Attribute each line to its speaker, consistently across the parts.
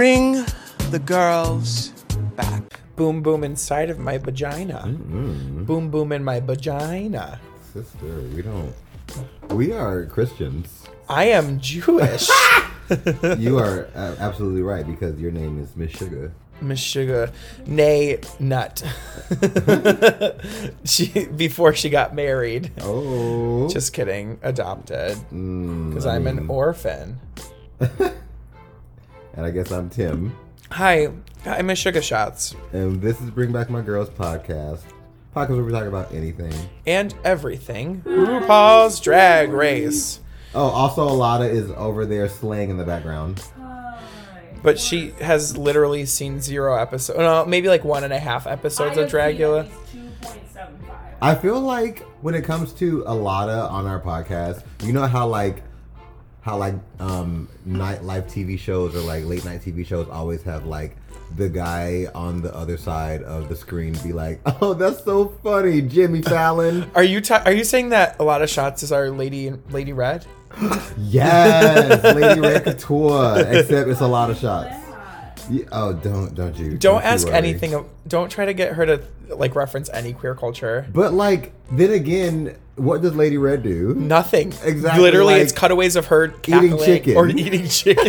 Speaker 1: Bring the girls back.
Speaker 2: Boom boom inside of my vagina. Boom boom in my vagina.
Speaker 3: Sister, we don't. We are Christians.
Speaker 2: I am Jewish.
Speaker 3: You are a- absolutely right because your name is Miss Sugar.
Speaker 2: Miss Sugar, nay nut. she before she got married.
Speaker 3: Oh,
Speaker 2: Just kidding, adopted.
Speaker 3: Mm,
Speaker 2: Because
Speaker 3: I
Speaker 2: I'm an
Speaker 3: mean,
Speaker 2: orphan.
Speaker 3: and I guess I'm Tim,
Speaker 2: Hi, I'm Miss Sugar Shots
Speaker 3: and this is Bring Back My Girls podcast. Podcast where we talk about anything.
Speaker 2: and everything. RuPaul's Drag Race.
Speaker 3: Oh, also Alada is over there slaying in the background.
Speaker 2: But she has literally seen zero episodes. No, maybe like one and a half episodes of Dracula.
Speaker 3: I feel like when it comes to Alada on our podcast, you know how like how like um nightlife TV shows or like late night TV shows always have like the guy on the other side of the screen be like, "Oh, that's so funny, Jimmy Fallon."
Speaker 2: Are you ta- are you saying that a lot of shots is our lady Lady Red?
Speaker 3: yes, Lady Red Couture. Except it's a lot of shots. Yeah, oh, don't don't you
Speaker 2: Don't
Speaker 3: you
Speaker 2: ask
Speaker 3: worry.
Speaker 2: anything. of- Don't try to get her to like reference any queer culture.
Speaker 3: But like then again, what does Lady Red do?
Speaker 2: Nothing.
Speaker 3: Exactly,
Speaker 2: Literally, it's
Speaker 3: like,
Speaker 2: cutaways of her
Speaker 3: eating
Speaker 2: cackling
Speaker 3: chicken.
Speaker 2: or eating chicken.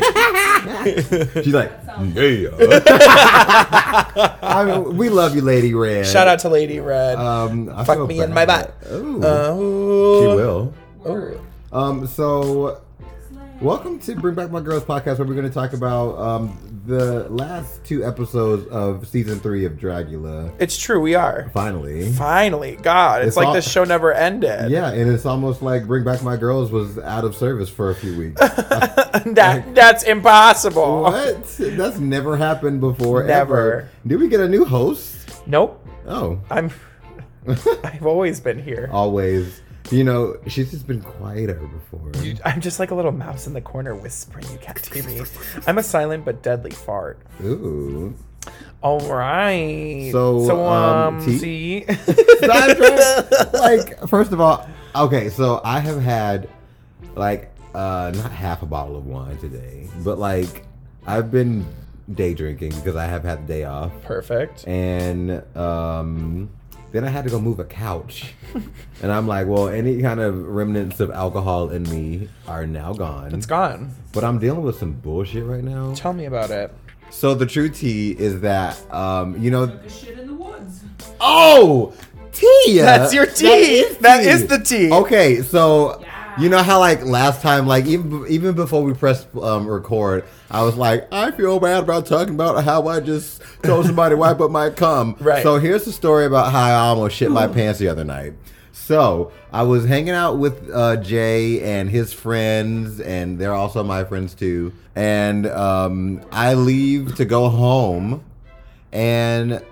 Speaker 3: She's like, yeah. I mean, we love you, Lady Red.
Speaker 2: Shout out to Lady Red.
Speaker 3: Um, I
Speaker 2: Fuck
Speaker 3: feel
Speaker 2: me in my butt.
Speaker 3: Ooh,
Speaker 2: oh,
Speaker 3: she will.
Speaker 2: Oh.
Speaker 3: Um, so, welcome to Bring Back My Girls podcast, where we're going to talk about um, the last two episodes of season three of Dragula.
Speaker 2: It's true. We are
Speaker 3: Finally.
Speaker 2: finally. God, it's,
Speaker 3: It's
Speaker 2: like
Speaker 3: all-
Speaker 2: this show never ended.
Speaker 3: Yeah, and it's almost like Bring Back My Girls was out of service for a few weeks.
Speaker 2: Oh. that that's impossible.
Speaker 3: what? That's never happened before.
Speaker 2: Never.
Speaker 3: Ever. Did we get a new host?
Speaker 2: Nope.
Speaker 3: Oh.
Speaker 2: I'm. I've always been here.
Speaker 3: always. You know, she's just been quieter before.
Speaker 2: I'm just like a little mouse in the corner whispering, you can't hear me. I'm a silent but deadly fart.
Speaker 3: Ooh.
Speaker 2: All right.
Speaker 3: So, um, tea?
Speaker 2: see?
Speaker 3: Sandra, like, first of all, okay, so I have had like uh not half a bottle of wine today, but like I've been day drinking because I have had the day off.
Speaker 2: Perfect.
Speaker 3: And um then I had to go move a couch. and I'm like, well, any kind of remnants of alcohol in me are now gone.
Speaker 2: It's gone.
Speaker 3: But I'm dealing with some bullshit right now.
Speaker 2: Tell me about it.
Speaker 3: So the true tea is that um, you know
Speaker 4: Shit in the woods.
Speaker 3: Oh, Tia.
Speaker 2: That's your tea. That
Speaker 3: tea.
Speaker 2: is the tea.
Speaker 3: Okay, so
Speaker 4: Yeah.
Speaker 3: you know how like last time, like even even before we pressed um, record, I was like, I feel bad about talking about how I just told somebody wipe up my cum.
Speaker 2: Right.
Speaker 3: So here's the story about how I almost shit my pants the other night. So I was hanging out with uh, Jay and his friends, and they're also my friends too. And um, I leave to go home, and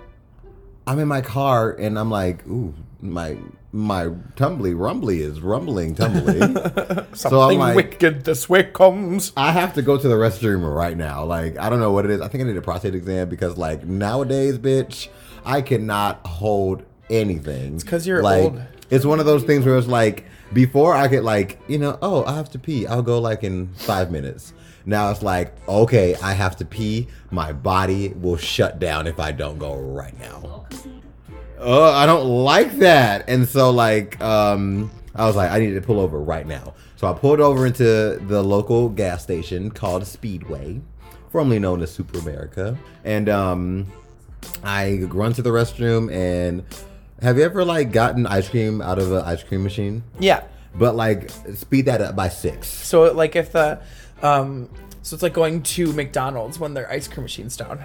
Speaker 3: I'm in my car and I'm like, ooh, my my tumbly rumbly is rumbling tumbly. so I'm
Speaker 2: Something
Speaker 3: like,
Speaker 2: wicked this way comes.
Speaker 3: I have to go to the restroom right now. Like, I don't know what it is. I think I need a prostate exam because like nowadays, bitch, I cannot hold anything. It's
Speaker 2: 'cause you're
Speaker 3: like,
Speaker 2: old.
Speaker 3: It's one of those things where it's like before I could like, you know, oh, I have to pee. I'll go like in five minutes. Now it's like, okay, I have to pee. My body will shut down if I don't go right now. oh, I don't like that. And so like um I was like, I need to pull over right now. So I pulled over into the local gas station called Speedway, formerly known as Super America. And um I run to the restroom and have you ever like gotten ice cream out of an ice cream machine?
Speaker 2: Yeah.
Speaker 3: But like speed that up by six.
Speaker 2: So, like, if the. um, So it's like going to McDonald's when their ice cream machine's down.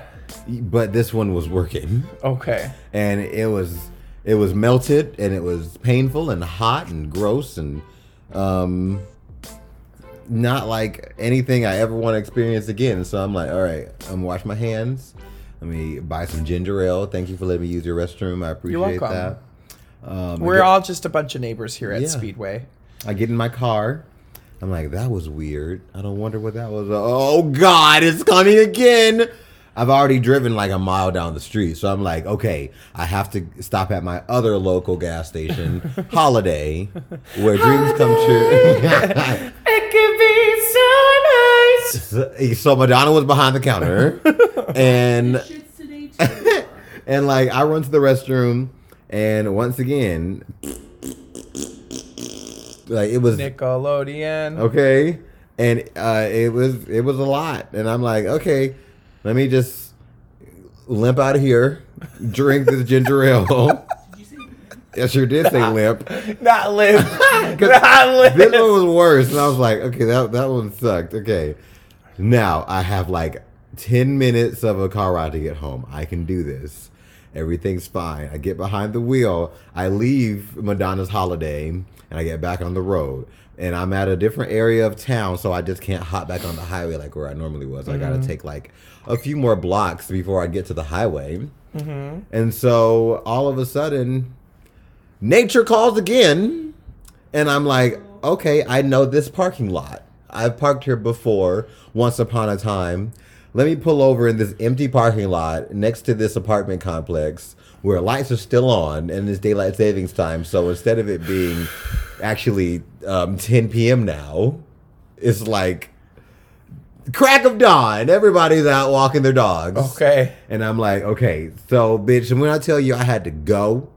Speaker 3: But this one was working.
Speaker 2: Okay.
Speaker 3: and it was it was melted and it was painful and hot and gross and um not like anything I ever want to experience again. So I'm like, all right, I'm gonna wash my hands. Let me buy some ginger ale. Thank you for letting me use your restroom. I appreciate
Speaker 2: welcome.
Speaker 3: that. Um, I
Speaker 2: We're
Speaker 3: get-
Speaker 2: all just a bunch of neighbors here at
Speaker 3: Yeah.
Speaker 2: Speedway.
Speaker 3: I get in my car. I'm like, that was weird. I don't wonder what that was. Oh God, it's coming again. I've already driven like a mile down the street, so I'm like, okay, I have to stop at my other local gas station, Holiday, where dreams come true.
Speaker 4: It could be so nice
Speaker 2: What?
Speaker 3: So, so Madonna was behind the counter, and
Speaker 4: Shits today too.
Speaker 3: and like I run to the restroom, and once again, like it was
Speaker 2: Nickelodeon.
Speaker 3: okay, and uh, it was it was a lot, and I'm like, okay, let me just limp out of here, drink this ginger ale.
Speaker 4: Did you say
Speaker 3: I sure did say limp.
Speaker 2: Not live. Not
Speaker 3: This
Speaker 2: live.
Speaker 3: one was worse, and I was like, okay, that that one sucked. Okay, now I have like ten minutes of a car ride to get home. I can do this. Everything's fine. I get behind the wheel. I leave Madonna's holiday, and I get back on the road. And I'm at a different area of town, so I just can't hop back on the highway like where I normally was. I gotta take like a few more blocks before I get to the highway. And so all of a sudden, nature calls again. And I'm like, okay, I know this parking lot. I've parked here before, once upon a time. Let me pull over in this empty parking lot next to this apartment complex where lights are still on and it's daylight savings time. So instead of it being actually um, 10 p.m. now, it's like crack of dawn. Everybody's out walking their dogs.
Speaker 2: Okay.
Speaker 3: And I'm like, okay, so bitch, and when I tell you I had to go,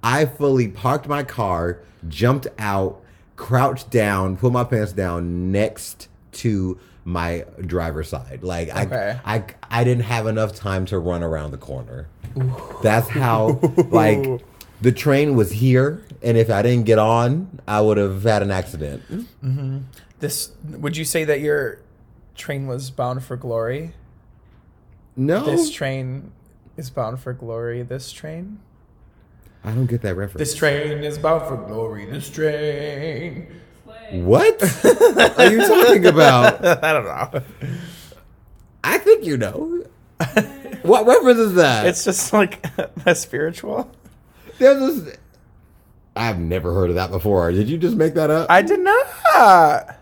Speaker 3: I fully parked my car, jumped out, crouched down, put my pants down next to my driver's side. Like
Speaker 2: Okay.
Speaker 3: I, I, I didn't have enough time to run around the corner. That's how like the train was here, and if I didn't get on, I would have had an accident.
Speaker 2: This. Would you say that your train was bound for glory?
Speaker 3: No,
Speaker 2: This train is bound for glory. This train.
Speaker 3: I don't get that reference.
Speaker 2: This train is bound for glory. This train.
Speaker 4: play?
Speaker 3: what are you talking about?
Speaker 2: I don't know.
Speaker 3: I think you know. what reference is that?
Speaker 2: It's just like a spiritual.
Speaker 3: There's this. I've never heard of that before. Did you just make that up?
Speaker 2: I did not.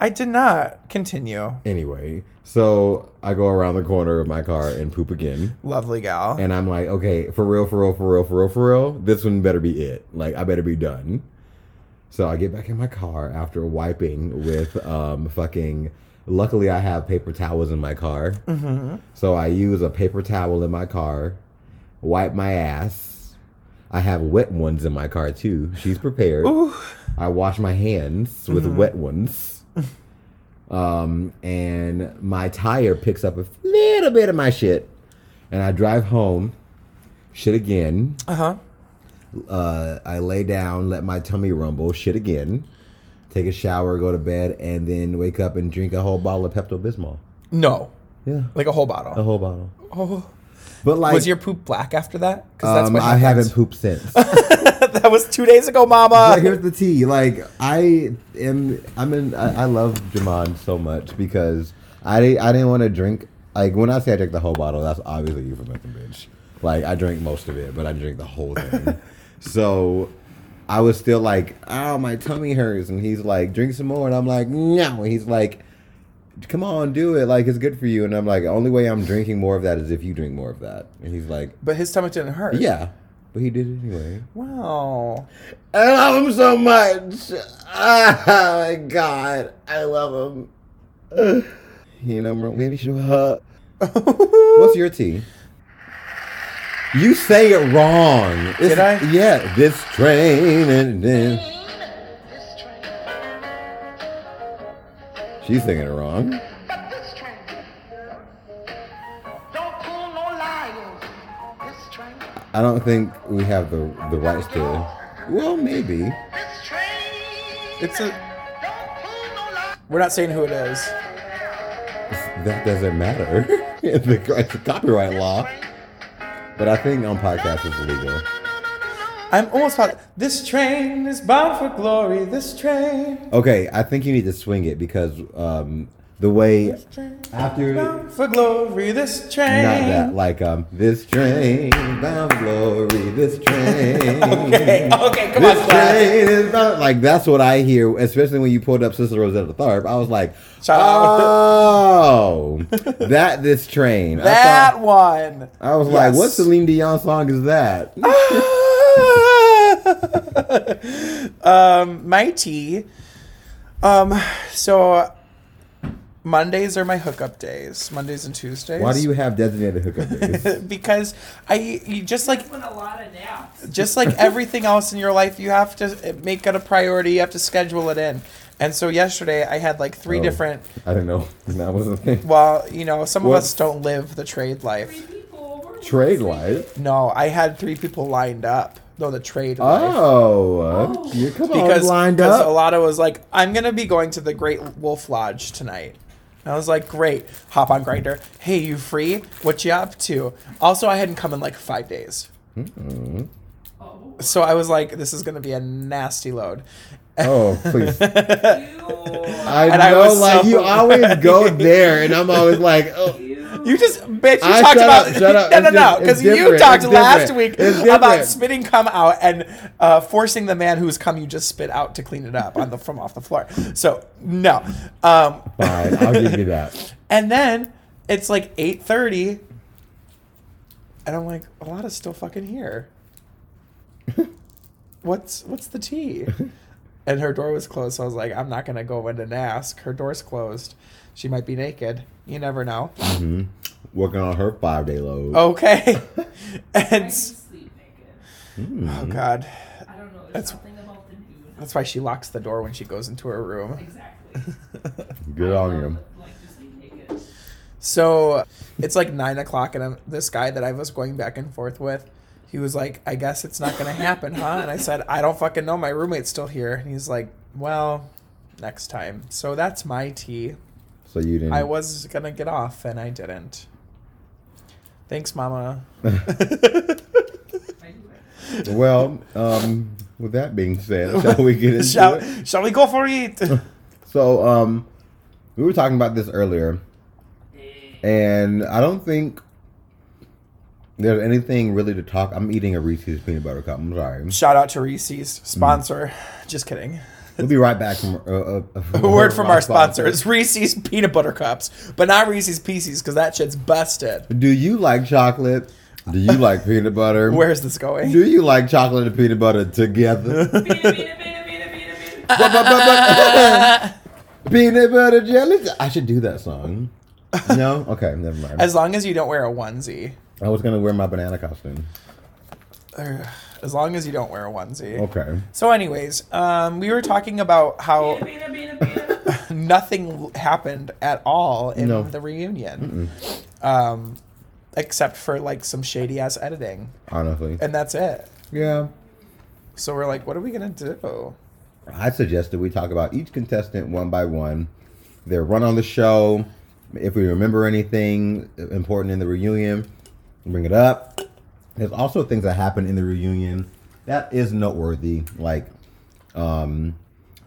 Speaker 2: I did not. Continue.
Speaker 3: anyway, so I go around the corner of my car and poop again.
Speaker 2: Lovely gal.
Speaker 3: And I'm like, okay, for real, for real, for real, for real, for real, this one better be it. Like, I better be done. So I get back in my car after wiping with um, fucking. Luckily, I have paper towels in my car. So I use a paper towel in my car, wipe my ass. I have wet ones in my car too. She's prepared. I wash my hands with wet ones. Um, and my tire picks up a little bit of my shit. And I drive home, shit again.
Speaker 2: Uh huh.
Speaker 3: Uh, I lay down, let my tummy rumble, shit again. Take a shower, go to bed, and then wake up and drink a whole bottle of Pepto Bismol.
Speaker 2: No,
Speaker 3: Yeah,
Speaker 2: like a whole
Speaker 3: a
Speaker 2: bottle.
Speaker 3: whole bottle.
Speaker 2: Oh.
Speaker 3: But like,
Speaker 2: was your poop black after that? Because
Speaker 3: um, I haven't pooped since.
Speaker 2: that was two days ago, Mama.
Speaker 3: But here's the tea. Like I am, I'm in. I, I love Jamon so much because I di- I didn't want to drink. Like when I say I drink the whole bottle, that's obviously you for nothing, bitch. Like I drank most of it, but I drink the whole thing. so I was still like, oh, my tummy hurts, and he's like, drink some more, and I'm like, no. And he's like, come on, do it. Like it's good for you, and I'm like, only way I'm drinking more of that is if you drink more of that. And he's like,
Speaker 2: But his stomach didn't hurt.
Speaker 3: yeah, but he did it anyway.
Speaker 2: Wow.
Speaker 3: I love him so much. Oh my god, I love him. Ugh. You know, maybe should hug. What's your tea? You say it wrong. It's-
Speaker 2: Did I?
Speaker 3: Yeah, this train and then
Speaker 5: This train,
Speaker 3: she's singing it wrong.
Speaker 5: but this train don't pull no liars. This train,
Speaker 3: I don't think we have the the rights to. Well, maybe.
Speaker 5: this train
Speaker 2: It's a.
Speaker 5: don't pull no liars.
Speaker 2: We're not saying who it is.
Speaker 3: That doesn't matter. it's, the, it's the copyright law. But I think on podcast it's legal.
Speaker 2: I'm almost positive. This train is bound for glory. This train.
Speaker 3: Okay, I think you need to swing it because um, the way after not
Speaker 2: Bound for glory. This train.
Speaker 3: that like um this train bound for glory, this train.
Speaker 2: Okay. Okay. Come
Speaker 3: This
Speaker 2: on, class.
Speaker 3: train is bound, like that's what I hear, especially when you pulled up Sister Rosetta Tharp. I was like,
Speaker 2: Shout out.
Speaker 3: oh, that this train. I,
Speaker 2: That
Speaker 3: thought,
Speaker 2: one.
Speaker 3: I was like,
Speaker 2: Yes.
Speaker 3: what Celine Dion song is that?
Speaker 2: um, my tea. Um, so Mondays are my hookup days. Mondays and Tuesdays.
Speaker 3: Why do you have designated hookup days?
Speaker 2: Because I you just like
Speaker 4: Doing a lot of naps.
Speaker 2: just like everything else in your life, you have to eh, make it a priority. You have to schedule it in. And so yesterday, I had like three
Speaker 3: Oh.
Speaker 2: different.
Speaker 3: I don't know. That was a thing.
Speaker 2: Well, you know, some
Speaker 3: What?
Speaker 2: of us don't live the trade
Speaker 4: Three
Speaker 2: life.
Speaker 4: people over.
Speaker 3: Trade life.
Speaker 2: No, I had three people lined up. No, the trade life.
Speaker 3: Oh, uh, you come
Speaker 2: Because
Speaker 3: on, lined
Speaker 2: because
Speaker 3: up.
Speaker 2: Alana was like, "I'm gonna be going to the Great Wolf Lodge tonight." And I was like, "Great, hop on Grinder. Hey, you free? What you up to?" Also, I hadn't come in like five days,
Speaker 4: Oh,
Speaker 2: so I was like, "This is gonna be a nasty load."
Speaker 3: oh, please.
Speaker 4: ew.
Speaker 3: I
Speaker 2: And I
Speaker 3: know,
Speaker 2: was
Speaker 3: like
Speaker 2: so
Speaker 3: you always go there, and I'm always like, oh.
Speaker 2: You just bitch. You
Speaker 3: Ah,
Speaker 2: talked
Speaker 3: shut
Speaker 2: about
Speaker 3: up, shut up.
Speaker 2: no, no,
Speaker 3: It's
Speaker 2: no.
Speaker 3: di- it's
Speaker 2: Because you
Speaker 3: different.
Speaker 2: talked
Speaker 3: It's
Speaker 2: last
Speaker 3: different.
Speaker 2: week
Speaker 3: It's
Speaker 2: about
Speaker 3: different.
Speaker 2: spitting cum out and uh, forcing the man whose cum you just spit out to clean it up on the from off the floor. So no. Um,
Speaker 3: Fine, I'll give you that.
Speaker 2: and then it's like eight thirty, and I'm like, Alana's still fucking here. What's what's the tea? And her door was closed, so I was like, I'm not gonna go in and ask. Her door's closed. She might be naked. You never know.
Speaker 3: Mm-hmm. Working on her five day load.
Speaker 2: Oh. Okay.
Speaker 4: I
Speaker 2: and
Speaker 4: can
Speaker 2: s-
Speaker 4: sleep naked.
Speaker 3: Mm,
Speaker 2: oh god,
Speaker 4: I don't know. There's
Speaker 2: That's-
Speaker 4: something about the nude.
Speaker 2: that's why she locks the door when she goes into her room.
Speaker 4: Exactly.
Speaker 3: Good
Speaker 4: I
Speaker 3: on
Speaker 4: love,
Speaker 3: you.
Speaker 4: Like just being naked.
Speaker 2: So it's like nine o'clock, and I'm, this guy that I was going back and forth with, he was like, "I guess it's not gonna happen, huh?" And I said, "I don't fucking know. My roommate's still here." And he's like, "Well, next time." So that's my tea.
Speaker 3: So you didn't.
Speaker 2: I was gonna get off, and I didn't. Thanks, Mama.
Speaker 4: I do it.
Speaker 3: Well, um, with that being said, shall we get into
Speaker 2: Shall,
Speaker 3: it?
Speaker 2: shall we go for it?
Speaker 3: So, um, we were talking about this earlier, and I don't think there's anything really to talk. I'm eating a Reese's peanut butter cup. I'm sorry.
Speaker 2: Shout out to
Speaker 3: Mm.
Speaker 2: Reese's sponsor. Just kidding.
Speaker 3: We'll be right back from uh, uh,
Speaker 2: A word from our sponsors, Reese's peanut butter cups, but not Reese's Pieces because that shit's busted.
Speaker 3: Do you like chocolate? Do you like peanut butter?
Speaker 2: Where is this going?
Speaker 3: do you like chocolate and peanut butter together?
Speaker 4: Beat it, beat it, beat it, beat it, beat it, beat it.
Speaker 3: peanut butter jelly. I should do that song. No, okay, never mind.
Speaker 2: As long as you don't wear a onesie.
Speaker 3: I was gonna wear my banana costume.
Speaker 2: Ugh, As long as you don't wear a onesie.
Speaker 3: Okay.
Speaker 2: So, anyways, um, we were talking about how
Speaker 4: Beat it, beat it, beat it, beat it.
Speaker 2: nothing l- happened at all in
Speaker 3: No.
Speaker 2: the reunion, um, except for like some shady ass editing,
Speaker 3: Honestly.
Speaker 2: and that's it.
Speaker 3: Yeah.
Speaker 2: So we're like, what are we gonna do?
Speaker 3: I suggested we talk about each contestant one by one, their run on the show, if we remember anything important in the reunion, bring it up. There's also things that happen in the reunion that is noteworthy, like um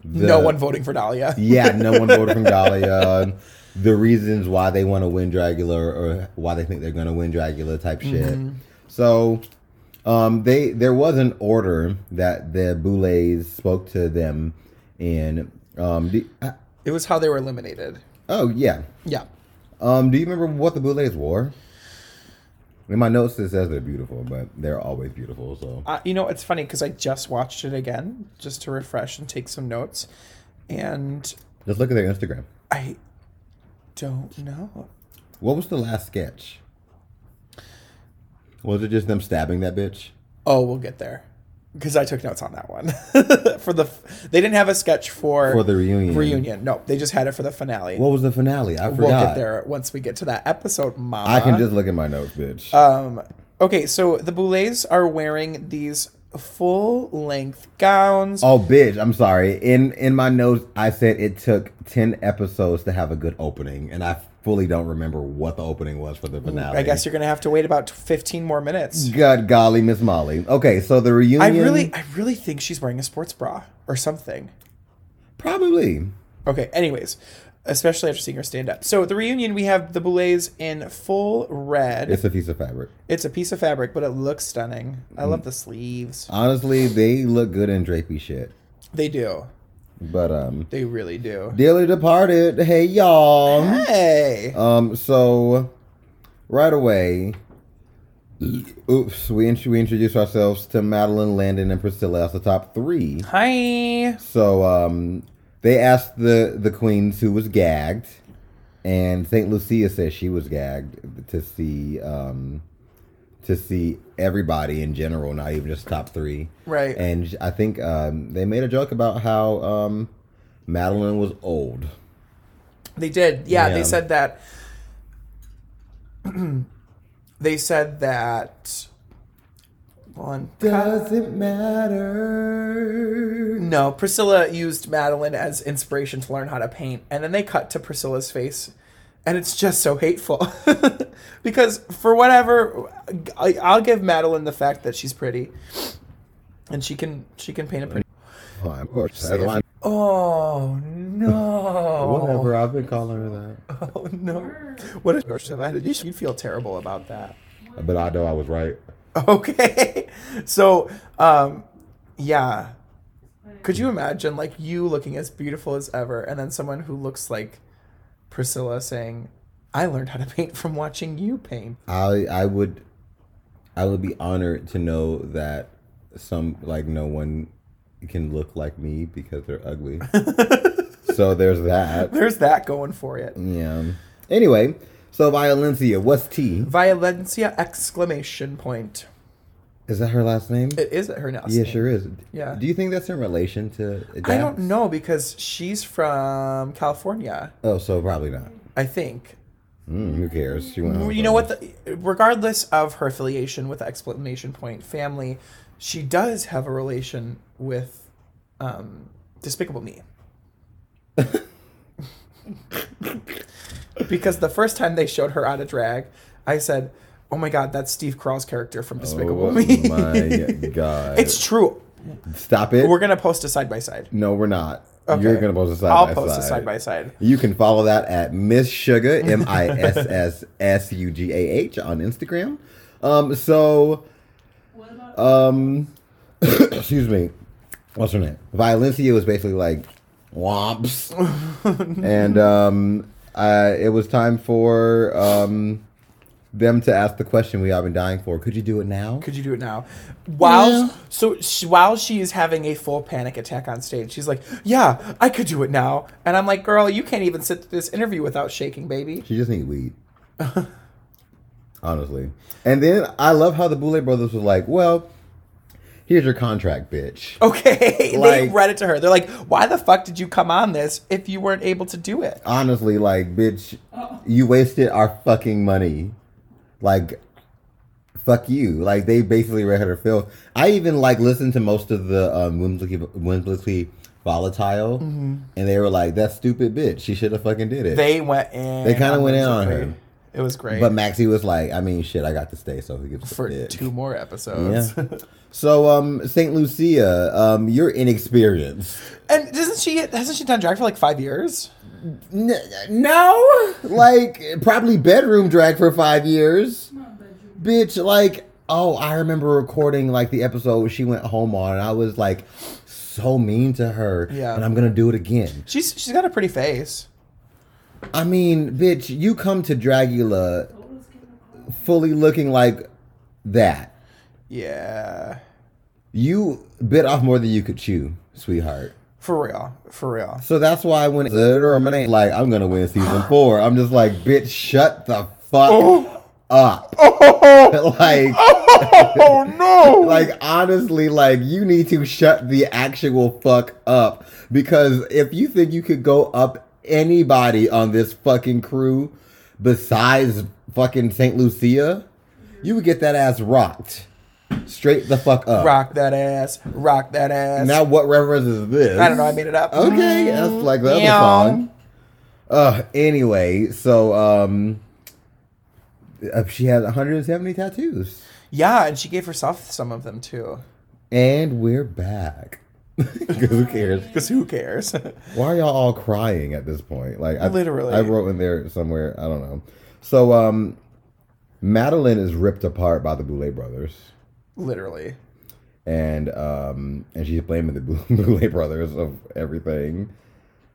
Speaker 3: the-
Speaker 2: no one voting for Dahlia.
Speaker 3: Yeah, no one voted from Dahlia. The reasons why they want to win Dragula or why they think they're going to win Dragula type shit. So, um, they there was an order that the Boulets spoke to them, and um, do, uh,
Speaker 2: It was how they were eliminated.
Speaker 3: oh yeah,
Speaker 2: Yeah.
Speaker 3: um, do you remember what the Boulets wore? In my notes, it says they're beautiful, but they're always beautiful. So
Speaker 2: Uh, you know, it's funny because I just watched it again just to refresh and take some notes, and
Speaker 3: just look at their Instagram.
Speaker 2: I don't know.
Speaker 3: What was the last sketch? Was it just them stabbing that bitch?
Speaker 2: Oh, we'll get there because I took notes on that one for the. f- They didn't have a sketch for
Speaker 3: For the reunion.
Speaker 2: Reunion, no, they just had it for the finale.
Speaker 3: What was the finale? I forgot.
Speaker 2: we'll get there Uh-huh. once we get to that episode, Mama.
Speaker 3: I can just look at my notes, bitch.
Speaker 2: Um, okay, so the Boulets are wearing these full length gowns.
Speaker 3: oh, bitch. I'm sorry. In in my notes, I said it took ten episodes to have a good opening, and I fully don't remember what the opening was for the finale.
Speaker 2: I guess you're gonna have to wait about 15 more minutes.
Speaker 3: God golly, Miss Molly. Okay, so the reunion.
Speaker 2: I really, I really think she's wearing a sports bra or something.
Speaker 3: probably.
Speaker 2: Okay, anyways, especially after seeing her stand up. So at the reunion, we have the Boulets in full red.
Speaker 3: It's a piece of fabric.
Speaker 2: It's a piece of fabric, but it looks stunning. I love the sleeves.
Speaker 3: Honestly, they look good in drapey shit.
Speaker 2: They do.
Speaker 3: But um,
Speaker 2: They really do. Oh.
Speaker 3: dearly departed. Hey y'all.
Speaker 2: Hey.
Speaker 3: Um, so right away, oops, we, int- we introduced ourselves to Madeline, Landon, and Priscilla as the top three.
Speaker 2: Hi.
Speaker 3: So um, they asked the the queens who was gagged, And St. Lucia says she was gagged to see um, to see everybody in general, not even just top three.
Speaker 2: Right.
Speaker 3: And sh- I think um, they made a joke about how um, Madeline was old.
Speaker 2: They did. Yeah,
Speaker 3: Yeah.
Speaker 2: they said that. they said that. One.
Speaker 3: Doesn't matter.
Speaker 2: No, Priscilla used Madeline as inspiration to learn how to paint, and then they cut to Priscilla's face, and it's just so hateful. because for whatever, I, I'll give Madeline the fact that she's pretty, and she can she can paint a pretty.
Speaker 3: Oh, of course, that's why-
Speaker 2: Oh no!
Speaker 3: Whatever, I've been calling her that.
Speaker 2: Oh no! What if you should feel terrible about that?
Speaker 3: But I know I was right.
Speaker 2: Okay. So, um, yeah. Could you imagine like you looking as beautiful as ever and then someone who looks like Priscilla saying, I learned how to paint from watching you paint.
Speaker 3: I I would I would be honored to know that some like no one can look like me because they're ugly. so there's that.
Speaker 2: There's that going for it.
Speaker 3: Yeah. Anyway, so Violencia, what's T?
Speaker 2: Violencia exclamation point.
Speaker 3: Is that her last name?
Speaker 2: It is her now.
Speaker 3: yeah, sure is.
Speaker 2: Yeah.
Speaker 3: Do you think that's in relation to
Speaker 2: I
Speaker 3: Dax?
Speaker 2: don't know because she's from California,
Speaker 3: Oh, so probably not.
Speaker 2: I think.
Speaker 3: Mm, who cares? She went
Speaker 2: Well,
Speaker 3: home
Speaker 2: you know what?
Speaker 3: first.
Speaker 2: The, regardless of her affiliation with the exclamation point family, she does have a relation with um, Despicable Me. because the first time they showed her out of drag, I said, "Oh my God, that's Steve Carell's character from Despicable
Speaker 3: Oh
Speaker 2: Me."
Speaker 3: my god.
Speaker 2: it's true.
Speaker 3: Stop it.
Speaker 2: We're gonna post a side by side.
Speaker 3: No, we're not. You're gonna post a side
Speaker 2: I'll
Speaker 3: by
Speaker 2: post
Speaker 3: side.
Speaker 2: a side by side.
Speaker 3: You can follow that at Miss Sugar M I S S S U G A H on Instagram. Um, so,
Speaker 4: What about
Speaker 3: um, excuse me, what's her name? Violencia was basically like womps, and um, I, it was time for um them to ask the question we all been dying for. Could you do it now?
Speaker 2: Could you do it now? While
Speaker 3: Yeah.
Speaker 2: so she, while she is having a full panic attack on stage, she's like, "Yeah, I could do it now," and I'm like, "Girl, you can't even sit through this interview without shaking, baby."
Speaker 3: She just need weed. Honestly. And then I love how the Boulay brothers was like, well, here's your contract, bitch.
Speaker 2: Oh. Okay, they
Speaker 3: Like-
Speaker 2: read it to her. They're like, "Why the fuck did you come on this if you weren't able to do it?"
Speaker 3: Honestly, like, bitch, you wasted our fucking money. Like, fuck you. Like, they basically read her filth. I even, like, listened to most of the um, whimsically, whimsically volatile, and they were like, that stupid bitch. She should have fucking did it.
Speaker 2: Mm-hmm. They went in.
Speaker 3: They kinda went in on
Speaker 2: Whimsically.
Speaker 3: her.
Speaker 2: It was great,
Speaker 3: but Maxie was like, I mean, shit, I got to stay, so who gives a
Speaker 2: for
Speaker 3: dick?
Speaker 2: two more episodes.
Speaker 3: Yeah. so, um, Saint Lucia, um, you're inexperienced.
Speaker 2: and doesn't she? Hasn't she done drag for like five years?
Speaker 3: N- no, like probably bedroom drag for five years,
Speaker 4: my bedroom?
Speaker 3: bitch. Like, oh, I remember recording like the episode she went home on, and I was like, so mean to her.
Speaker 2: Yeah.
Speaker 3: and I'm gonna do it again.
Speaker 2: She's she's got a pretty face.
Speaker 3: I mean, bitch, you come to Dragula
Speaker 4: What was going on?
Speaker 3: fully looking like that.
Speaker 2: Yeah,
Speaker 3: You bit off more than you could chew, sweetheart.
Speaker 2: for real, for real.
Speaker 3: So that's why when Determinate, like, I'm gonna win season four, I'm just like, bitch, shut the fuck up. like,
Speaker 2: Oh no!
Speaker 3: like honestly, like you need to shut the actual fuck up because if you think you could go up anybody on this fucking crew besides fucking Saint Lucia, you would get that ass rocked straight the fuck up.
Speaker 2: Rock that ass. Rock that ass.
Speaker 3: Now, what reference is this?
Speaker 2: I don't know, I made it up.
Speaker 3: Okay, that's like the other
Speaker 2: Mm, Meow.
Speaker 3: song. Uh, anyway, so um, uh, she has 170 tattoos,
Speaker 2: yeah, and she gave herself some of them too.
Speaker 3: and we're back. 'Cause Who cares?
Speaker 2: Because who cares?
Speaker 3: Why are y'all all crying at this point? Like, I,
Speaker 2: Literally.
Speaker 3: I wrote in there somewhere. I don't know. So, um, Madeline is ripped apart by the Boulay brothers.
Speaker 2: Literally.
Speaker 3: and um and she's blaming the Bou- Boulay brothers of everything.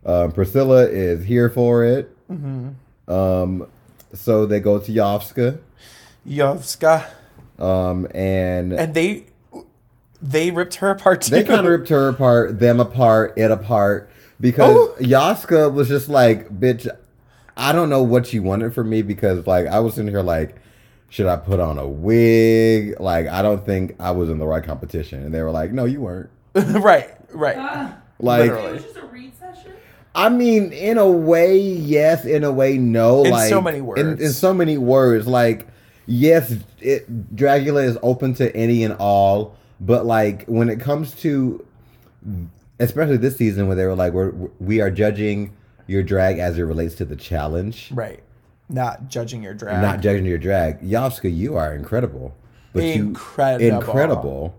Speaker 3: Um, Priscilla is here for it. Um, so they go to Yovska,
Speaker 2: Yovska.
Speaker 3: um, and,
Speaker 2: And they they ripped her apart too.
Speaker 3: they kind of ripped her apart, them apart, it apart because
Speaker 2: Oh.
Speaker 3: Yovska was just like, "Bitch, I don't know what she wanted from me because like I was in here like, should I put on a wig? Like I don't think I was in the right competition, and they were like, no, you weren't.
Speaker 2: right, right.
Speaker 4: Ah!
Speaker 3: Like
Speaker 2: Literally.
Speaker 4: It was just a read session.
Speaker 3: I mean, in a way, yes. In a way, no.
Speaker 2: In
Speaker 3: like
Speaker 2: so many
Speaker 3: In, in
Speaker 2: words.
Speaker 3: so many words, like yes, it, Dracula is open to any and all, but like when it comes to, especially this season, where they were like, we're, we are judging your drag as it relates to the challenge,
Speaker 2: Right. Not judging your drag.
Speaker 3: not judging your drag. Yovska, you are incredible, but you
Speaker 2: Incredible.
Speaker 3: incredible.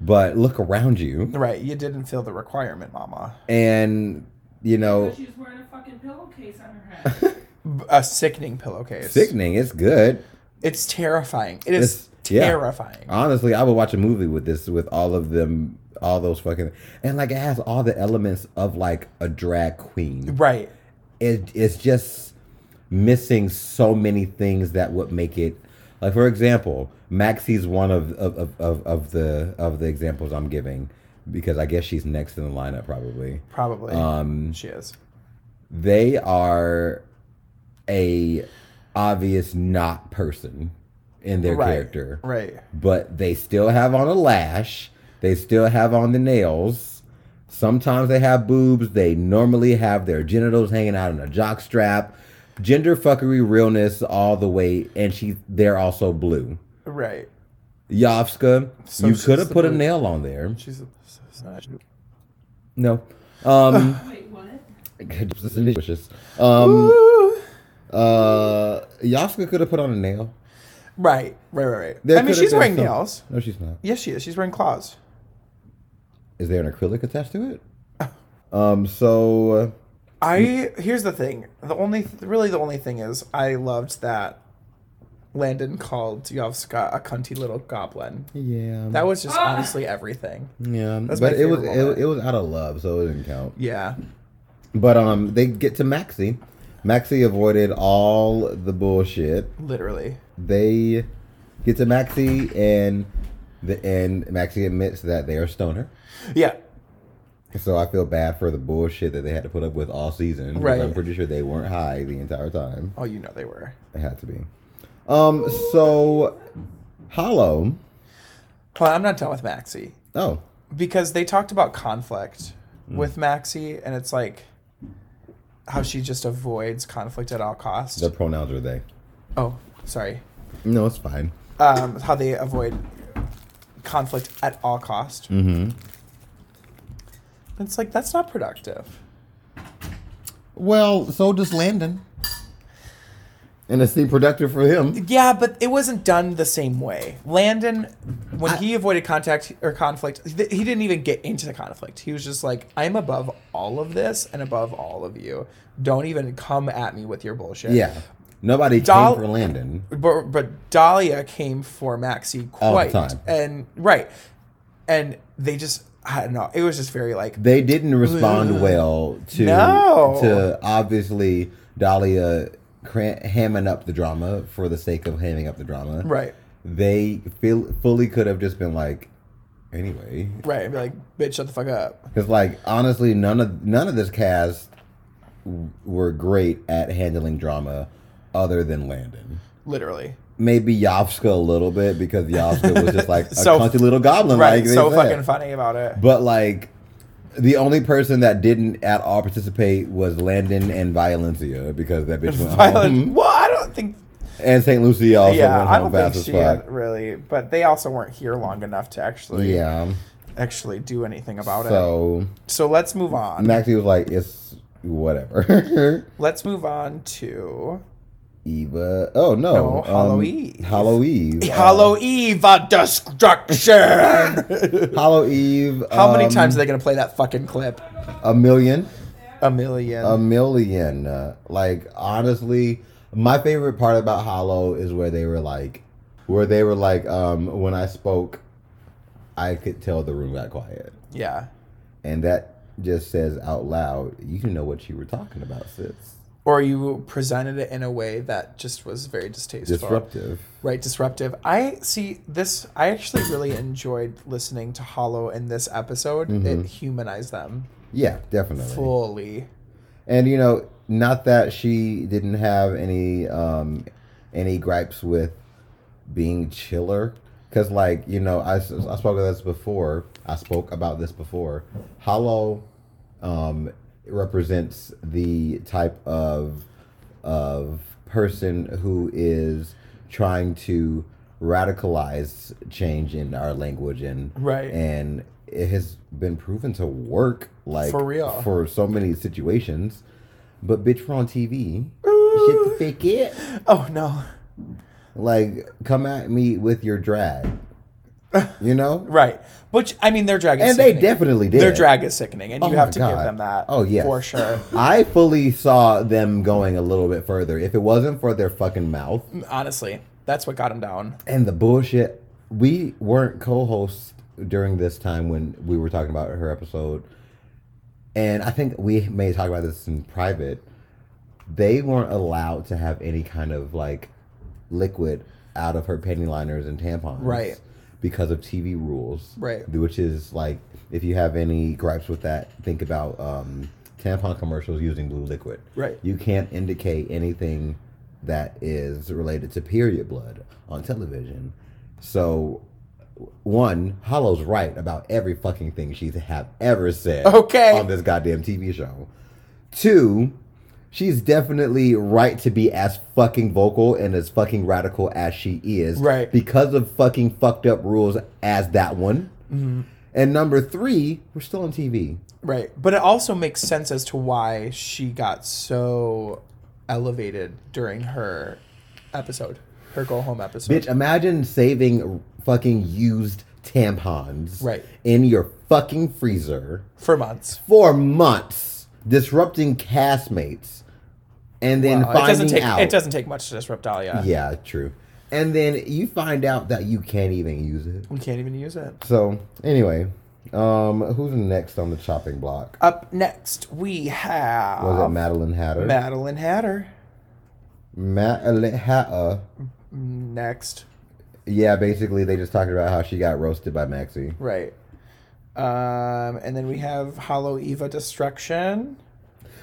Speaker 3: But look around you,
Speaker 2: right. You didn't feel the requirement, mama.
Speaker 3: and you know,
Speaker 4: But she was wearing a fucking pillowcase on her head.
Speaker 2: B- A sickening pillowcase.
Speaker 3: sickening. It's good.
Speaker 2: It's terrifying. It is
Speaker 3: It's- yeah.
Speaker 2: terrifying.
Speaker 3: Honestly, I would watch a movie with this, with all of them, all those fucking, and like it has all the elements of like a drag queen.
Speaker 2: Right.
Speaker 3: It it's just missing so many things that would make it, like for example, Maxie's one of of of, of, of the of the examples I'm giving because I guess she's next in the lineup probably.
Speaker 2: Probably.
Speaker 3: Um,
Speaker 2: she is.
Speaker 3: they are a obvious not person in their
Speaker 2: Right.
Speaker 3: character
Speaker 2: Right.
Speaker 3: but they still have on a lash. They still have on the nails. Sometimes they have boobs. They normally have their genitals hanging out in a jock strap. Gender fuckery realness all the way, and she they're also blue.
Speaker 2: Right.
Speaker 3: Yovska,
Speaker 2: So
Speaker 3: you
Speaker 2: she's
Speaker 3: could have
Speaker 2: the
Speaker 3: put a
Speaker 2: blue.
Speaker 3: nail on there.
Speaker 2: She's. a-
Speaker 3: No. Um,
Speaker 4: Wait, what?
Speaker 3: um uh Yovska could have put on a nail.
Speaker 2: Right. Right. Right. Right.
Speaker 3: There
Speaker 2: I mean,
Speaker 3: could have
Speaker 2: she's
Speaker 3: been
Speaker 2: wearing
Speaker 3: some-
Speaker 2: nails.
Speaker 3: No, she's not.
Speaker 2: Yes, she is. She's wearing claws.
Speaker 3: Is there an acrylic attached to it?
Speaker 2: Oh.
Speaker 3: Um, so uh,
Speaker 2: I
Speaker 3: Hmm.
Speaker 2: here's the thing. The only really the only thing is I loved that Landon called Yovska a cunty little goblin.
Speaker 3: yeah,
Speaker 2: That was just honestly everything.
Speaker 3: Yeah,
Speaker 2: That's
Speaker 3: but
Speaker 2: my
Speaker 3: it was
Speaker 2: favorite
Speaker 3: it,
Speaker 2: moment.
Speaker 3: it was out of love, so it didn't count.
Speaker 2: Yeah.
Speaker 3: But um, they get to Maxi. Maxi avoided all the bullshit.
Speaker 2: Literally.
Speaker 3: They get to Maxi, and the and Maxi admits that they are stoner.
Speaker 2: Yeah.
Speaker 3: So I feel bad for the bullshit that they had to put up with all season. 'cause
Speaker 2: Right.
Speaker 3: I'm pretty sure they weren't high the entire time.
Speaker 2: Oh, you know they were.
Speaker 3: It had to be. Um. So, Hollow.
Speaker 2: Well, I'm not done with Maxie.
Speaker 3: Oh,
Speaker 2: because they talked about conflict
Speaker 3: Hmm.
Speaker 2: with Maxie, and it's like how she just avoids conflict at all costs.
Speaker 3: the pronouns are they.
Speaker 2: Oh, sorry.
Speaker 3: No, it's fine.
Speaker 2: Um, how they avoid conflict at all cost.
Speaker 3: Mm-hmm.
Speaker 2: It's like that's not productive.
Speaker 3: Well, so does Landon. And it's the productive for him.
Speaker 2: Yeah, but it wasn't done the same way. Landon, when he avoided contact or conflict, th- he didn't even get into the conflict. He was just like, "I'm above all of this and above all of you. Don't even come at me with your bullshit."
Speaker 3: Yeah. Nobody
Speaker 2: Doll-
Speaker 3: came for Landon.
Speaker 2: but but Dahlia came for Maxi
Speaker 3: All the
Speaker 2: quite
Speaker 3: time.
Speaker 2: and right, and they just I don't know. It was just very like
Speaker 3: They didn't respond
Speaker 2: Ugh.
Speaker 3: well to
Speaker 2: No.
Speaker 3: to obviously Dahlia cran- hamming up the drama for the sake of hamming up the drama.
Speaker 2: right,
Speaker 3: They feel, fully could have just been like, anyway,
Speaker 2: right. I'd be like, bitch, shut the fuck up.
Speaker 3: because like honestly, none of none of this cast w- were great at handling drama, other than Landon.
Speaker 2: Literally,
Speaker 3: maybe Yovska a little bit because Yovska was just like a
Speaker 2: So-
Speaker 3: cunty little goblin,
Speaker 2: right.
Speaker 3: like they
Speaker 2: so
Speaker 3: said.
Speaker 2: fucking funny about it.
Speaker 3: But like, the only person that didn't at all participate was Landon and Violencia because that bitch went
Speaker 2: Violent.
Speaker 3: home,
Speaker 2: Well, I don't think.
Speaker 3: and St. Lucie also
Speaker 2: yeah,
Speaker 3: went
Speaker 2: I
Speaker 3: home
Speaker 2: don't
Speaker 3: fast
Speaker 2: think
Speaker 3: as
Speaker 2: she
Speaker 3: fuck.
Speaker 2: had really. But they also weren't here long enough to actually
Speaker 3: Yeah,
Speaker 2: actually do anything about it.
Speaker 3: so
Speaker 2: So let's move on.
Speaker 3: Maxie was like, "It's whatever."
Speaker 2: let's move on to
Speaker 3: Eva, oh no,
Speaker 2: No,
Speaker 3: um,
Speaker 2: Hollow Eve.
Speaker 3: Hollow Eve, uh,
Speaker 2: Hollow Eve of Destruction.
Speaker 3: Hollow Eve.
Speaker 2: How many
Speaker 3: um,
Speaker 2: times are they gonna play that fucking clip?
Speaker 3: A million.
Speaker 2: A million.
Speaker 3: a million. Uh, like honestly, my favorite part about Hollow is where they were like, where they were like, um, when I spoke, I could tell the room got quiet,
Speaker 2: yeah.
Speaker 3: and that just says out loud, you know what you were talking about, sis.
Speaker 2: Or you presented it in a way that just was very distasteful.
Speaker 3: Disruptive.
Speaker 2: Right, disruptive. I see this. I actually really enjoyed listening to Hollow in this
Speaker 3: Mm-hmm.
Speaker 2: episode. It humanized them
Speaker 3: Yeah, definitely.
Speaker 2: fully.
Speaker 3: And you know, not that she didn't have any um any gripes with being chiller because like you know I, s- I spoke of this before i spoke about this before hollow um represents the type of of person who is trying to radicalize change in our language and
Speaker 2: Right.
Speaker 3: and it has been proven to work like
Speaker 2: For real.
Speaker 3: for so many situations but bitch we're on tv shit the fake it
Speaker 2: Oh no.
Speaker 3: like come at me with your drag you know
Speaker 2: Right. Which I mean their drag is
Speaker 3: And they
Speaker 2: sickening.
Speaker 3: definitely did.
Speaker 2: Their drag is sickening and
Speaker 3: Oh
Speaker 2: you
Speaker 3: my
Speaker 2: have to give
Speaker 3: God.
Speaker 2: them that.
Speaker 3: Oh, yes.
Speaker 2: For sure.
Speaker 3: i fully saw them going a little bit further if it wasn't for their fucking mouth
Speaker 2: Honestly. That's what got him down.
Speaker 3: and the bullshit we weren't co-hosts during this time when we were talking about her episode and i think we may talk about this in private they weren't allowed to have any kind of like liquid out of her panty liners and tampons
Speaker 2: Right.
Speaker 3: because of tv rules
Speaker 2: Right.
Speaker 3: which is like if you have any gripes with that think about um tampon commercials using blue liquid
Speaker 2: Right.
Speaker 3: you can't indicate anything that is related to period blood on television. So, one, Hollow's right about every fucking thing she's have ever said
Speaker 2: Okay.
Speaker 3: on this goddamn TV show. Two, she's definitely right to be as fucking vocal and as fucking radical as she is.
Speaker 2: Right.
Speaker 3: Because of fucking fucked up rules as that one.
Speaker 2: Mm-hmm.
Speaker 3: And number three, we're still on TV.
Speaker 2: Right. But it also makes sense as to why she got so elevated during her episode, her go home episode.
Speaker 3: Bitch, imagine saving fucking used tampons
Speaker 2: Right.
Speaker 3: in your fucking freezer
Speaker 2: For months.
Speaker 3: for months, disrupting castmates, and then
Speaker 2: Uh,
Speaker 3: finding
Speaker 2: it doesn't take
Speaker 3: out.
Speaker 2: it doesn't take much to disrupt Dahlia.
Speaker 3: Yeah, true. And then you find out that you can't even use it.
Speaker 2: We can't even use it.
Speaker 3: So anyway, um, who's next on the chopping block?
Speaker 2: Up next we have
Speaker 3: Was it Madeline Hatter?
Speaker 2: Madeline Hatter.
Speaker 3: Madeline Hatter.
Speaker 2: Next.
Speaker 3: Yeah, basically they just talked about how she got roasted by Maxie.
Speaker 2: Right. Um, and then we have Hollow Eva Destruction.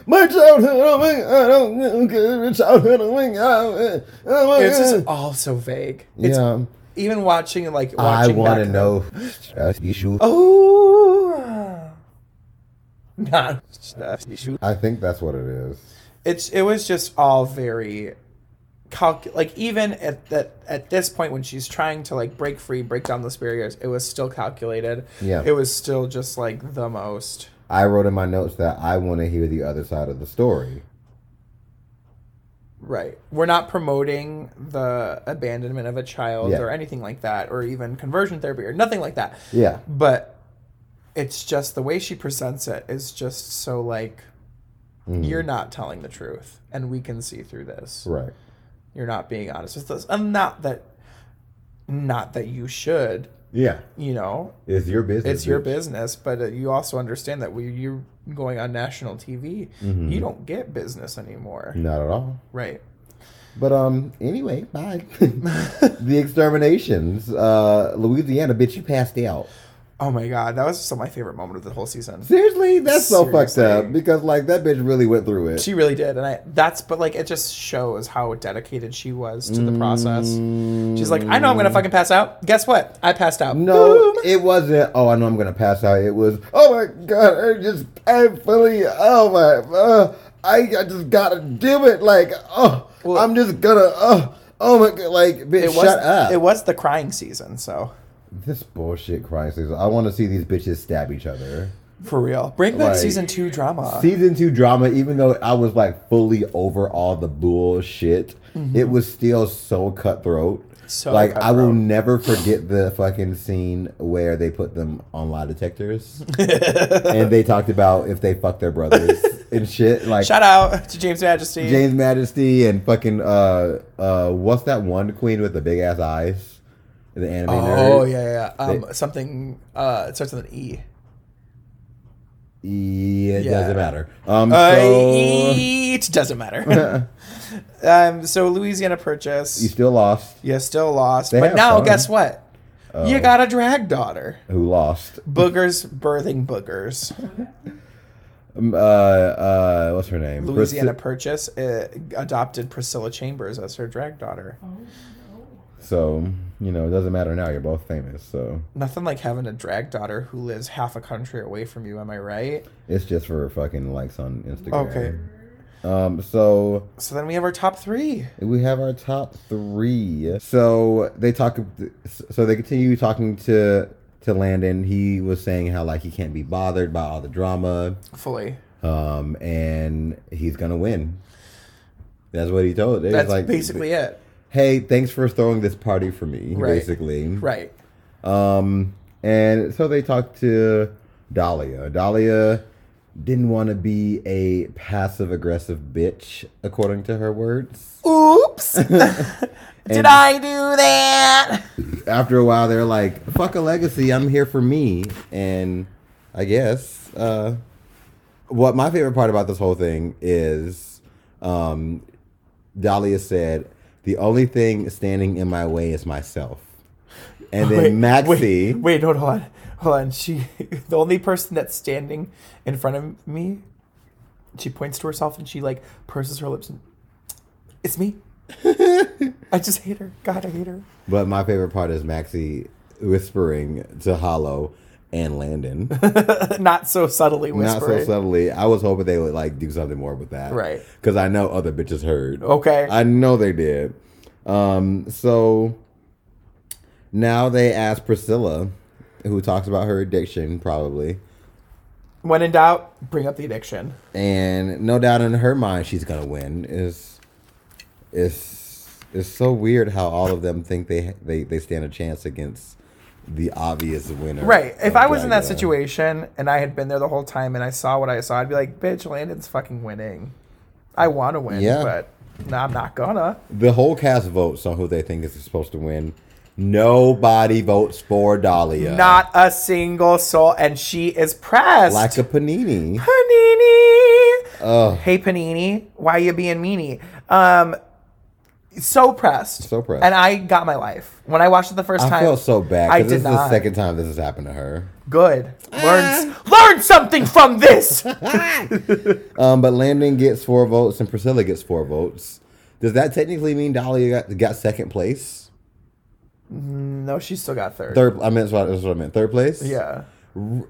Speaker 3: My childhood, oh my, I don't know, good childhood, oh my God, oh my
Speaker 2: It's just
Speaker 3: God.
Speaker 2: all so vague. It's
Speaker 3: yeah,
Speaker 2: even watching like
Speaker 3: I
Speaker 2: watching
Speaker 3: want
Speaker 2: back
Speaker 3: to
Speaker 2: then-
Speaker 3: know. Uh, you should-
Speaker 2: Oh. Nah.
Speaker 3: I think that's what it is.
Speaker 2: It's it was just all very calc like even at that at this point when she's trying to like break free, break down those barriers, it was still calculated.
Speaker 3: Yeah.
Speaker 2: It was still just like the most.
Speaker 3: I wrote in my notes that I want to hear the other side of the story.
Speaker 2: Right. We're not promoting the abandonment of a child
Speaker 3: Yeah.
Speaker 2: or anything like that, or even conversion therapy or nothing like that.
Speaker 3: Yeah,
Speaker 2: But it's just the way she presents it is just so like, you're not telling the truth, and we can see through this.
Speaker 3: Mm. right.
Speaker 2: You're not being honest with us, and not that, not that you should.
Speaker 3: Yeah,
Speaker 2: You know,
Speaker 3: it's your business.
Speaker 2: it's your
Speaker 3: bitch.
Speaker 2: business, but uh, you also understand that when you're going on national TV,
Speaker 3: Mm-hmm.
Speaker 2: you don't get business anymore.
Speaker 3: Not at all.
Speaker 2: Right.
Speaker 3: But um, anyway, bye. the exterminations, uh, Louisiana, bitch, you passed out.
Speaker 2: Oh my god, that was still my favorite moment of the whole season.
Speaker 3: Seriously, that's so fucked
Speaker 2: Seriously.
Speaker 3: up because like that bitch really went through it.
Speaker 2: She really did, and I that's but like it just shows how dedicated she was to the process. She's like, I know I'm gonna fucking pass out. Guess what? I passed out.
Speaker 3: No,
Speaker 2: Boom.
Speaker 3: it wasn't. Oh, I know I'm gonna pass out. It was. Oh my god! I just, I fully. Oh my. Uh, I, I just gotta do it. Like, oh,
Speaker 2: Well-
Speaker 3: I'm just gonna. Oh, oh my god! Like, bitch,
Speaker 2: it was
Speaker 3: shut up.
Speaker 2: it was the crying season, so
Speaker 3: this bullshit crisis. I want to see these bitches stab each other.
Speaker 2: for real. Bring back
Speaker 3: Like-
Speaker 2: season two drama.
Speaker 3: Season two drama. Even though I was like fully over all the bullshit, it was still so cutthroat.
Speaker 2: Mm-hmm. So
Speaker 3: like I will
Speaker 2: cutthroat.
Speaker 3: never forget the fucking scene where they put them on lie detectors. and they talked about if they fuck their brothers and shit. Like
Speaker 2: Shout out to James Majesty.
Speaker 3: James Majesty and fucking uh uh what's that one queen with the big ass eyes? The anime
Speaker 2: oh
Speaker 3: nerd.
Speaker 2: yeah, yeah. yeah. Um, something uh it starts with an E.
Speaker 3: Yeah, it
Speaker 2: Yeah.
Speaker 3: doesn't matter. Um
Speaker 2: Uh,
Speaker 3: so
Speaker 2: It doesn't matter. um, so Louisiana Purchase.
Speaker 3: you still lost.
Speaker 2: You still lost.
Speaker 3: They
Speaker 2: but
Speaker 3: have
Speaker 2: now
Speaker 3: fun. Oh.
Speaker 2: guess what? You got a drag daughter.
Speaker 3: Who lost?
Speaker 2: Boogers birthing boogers.
Speaker 3: um, uh, uh, what's her name?
Speaker 2: Louisiana
Speaker 3: Prisci-
Speaker 2: Purchase uh, adopted Priscilla Chambers as her drag daughter.
Speaker 4: Oh,
Speaker 3: so you know, it doesn't matter now. You're both famous, so
Speaker 2: Nothing like having a drag daughter who lives half a country away from you. Am I right?
Speaker 3: it's just for fucking likes on Instagram.
Speaker 2: Okay.
Speaker 3: Um. So
Speaker 2: So then we have our top three.
Speaker 3: we have our top three. So they talk. So they continue talking to to Landon. He was saying how like he can't be bothered by all the drama.
Speaker 2: Fully.
Speaker 3: um, and he's gonna win. That's what he told. It was
Speaker 2: That's
Speaker 3: like,
Speaker 2: basically it.
Speaker 3: Hey, thanks for throwing this party for me.
Speaker 2: Right.
Speaker 3: Basically,
Speaker 2: Right.
Speaker 3: Um, and so they talked to Dahlia. Dahlia didn't want to be a passive aggressive bitch, according to her words.
Speaker 2: Oops. Did I do that?
Speaker 3: After a while, they're like, "Fuck a legacy. I'm here for me." And I guess uh, what my favorite part about this whole thing is um, Dahlia said, the only thing standing in my way is myself. And then Maxie,
Speaker 2: Wait, wait, hold on. Hold on. She the only person that's standing in front of me, she points to herself and she like purses her lips and it's me. I just hate her. God, I hate her.
Speaker 3: but my favorite part is Maxie whispering to Hollow and Landon.
Speaker 2: Not so subtly
Speaker 3: Not
Speaker 2: whispering.
Speaker 3: so subtly. I was hoping they would like do something more with that.
Speaker 2: Right. Oh.
Speaker 3: Because I know other bitches heard.
Speaker 2: Okay.
Speaker 3: I know they did. Um, so now they asked Priscilla, who talks about her addiction probably.
Speaker 2: when in doubt, bring up the addiction.
Speaker 3: and no doubt in her mind she's gonna win. Is it's it's so weird how all of them think they they they stand a chance against the obvious winner.
Speaker 2: Right. If
Speaker 3: of
Speaker 2: I was in that
Speaker 3: Dragula.
Speaker 2: situation and I had been there the whole time and I saw what I saw, I'd be like, bitch, Landon's fucking winning. I want to win,
Speaker 3: Yeah.
Speaker 2: but no, I'm not gonna.
Speaker 3: the whole cast votes on who they think is supposed to win. Nobody votes for Dahlia.
Speaker 2: Not a single soul. And she is pressed.
Speaker 3: like a panini.
Speaker 2: Panini.
Speaker 3: Ugh.
Speaker 2: Hey, Panini, why you being meanie? Um, so pressed.
Speaker 3: So pressed.
Speaker 2: And I got my life. When I watched it the first
Speaker 3: I
Speaker 2: time.
Speaker 3: feel so bad
Speaker 2: I
Speaker 3: because this
Speaker 2: did
Speaker 3: is
Speaker 2: not.
Speaker 3: the second time this has happened to her.
Speaker 2: Good. Learn, s- learn something from this.
Speaker 3: Um, but Landon gets four votes and Priscilla gets four votes. Does that technically mean Dahlia got, got second place?
Speaker 2: no, she still got third.
Speaker 3: Third, I meant that's what, that's what I meant. Third place.
Speaker 2: Yeah.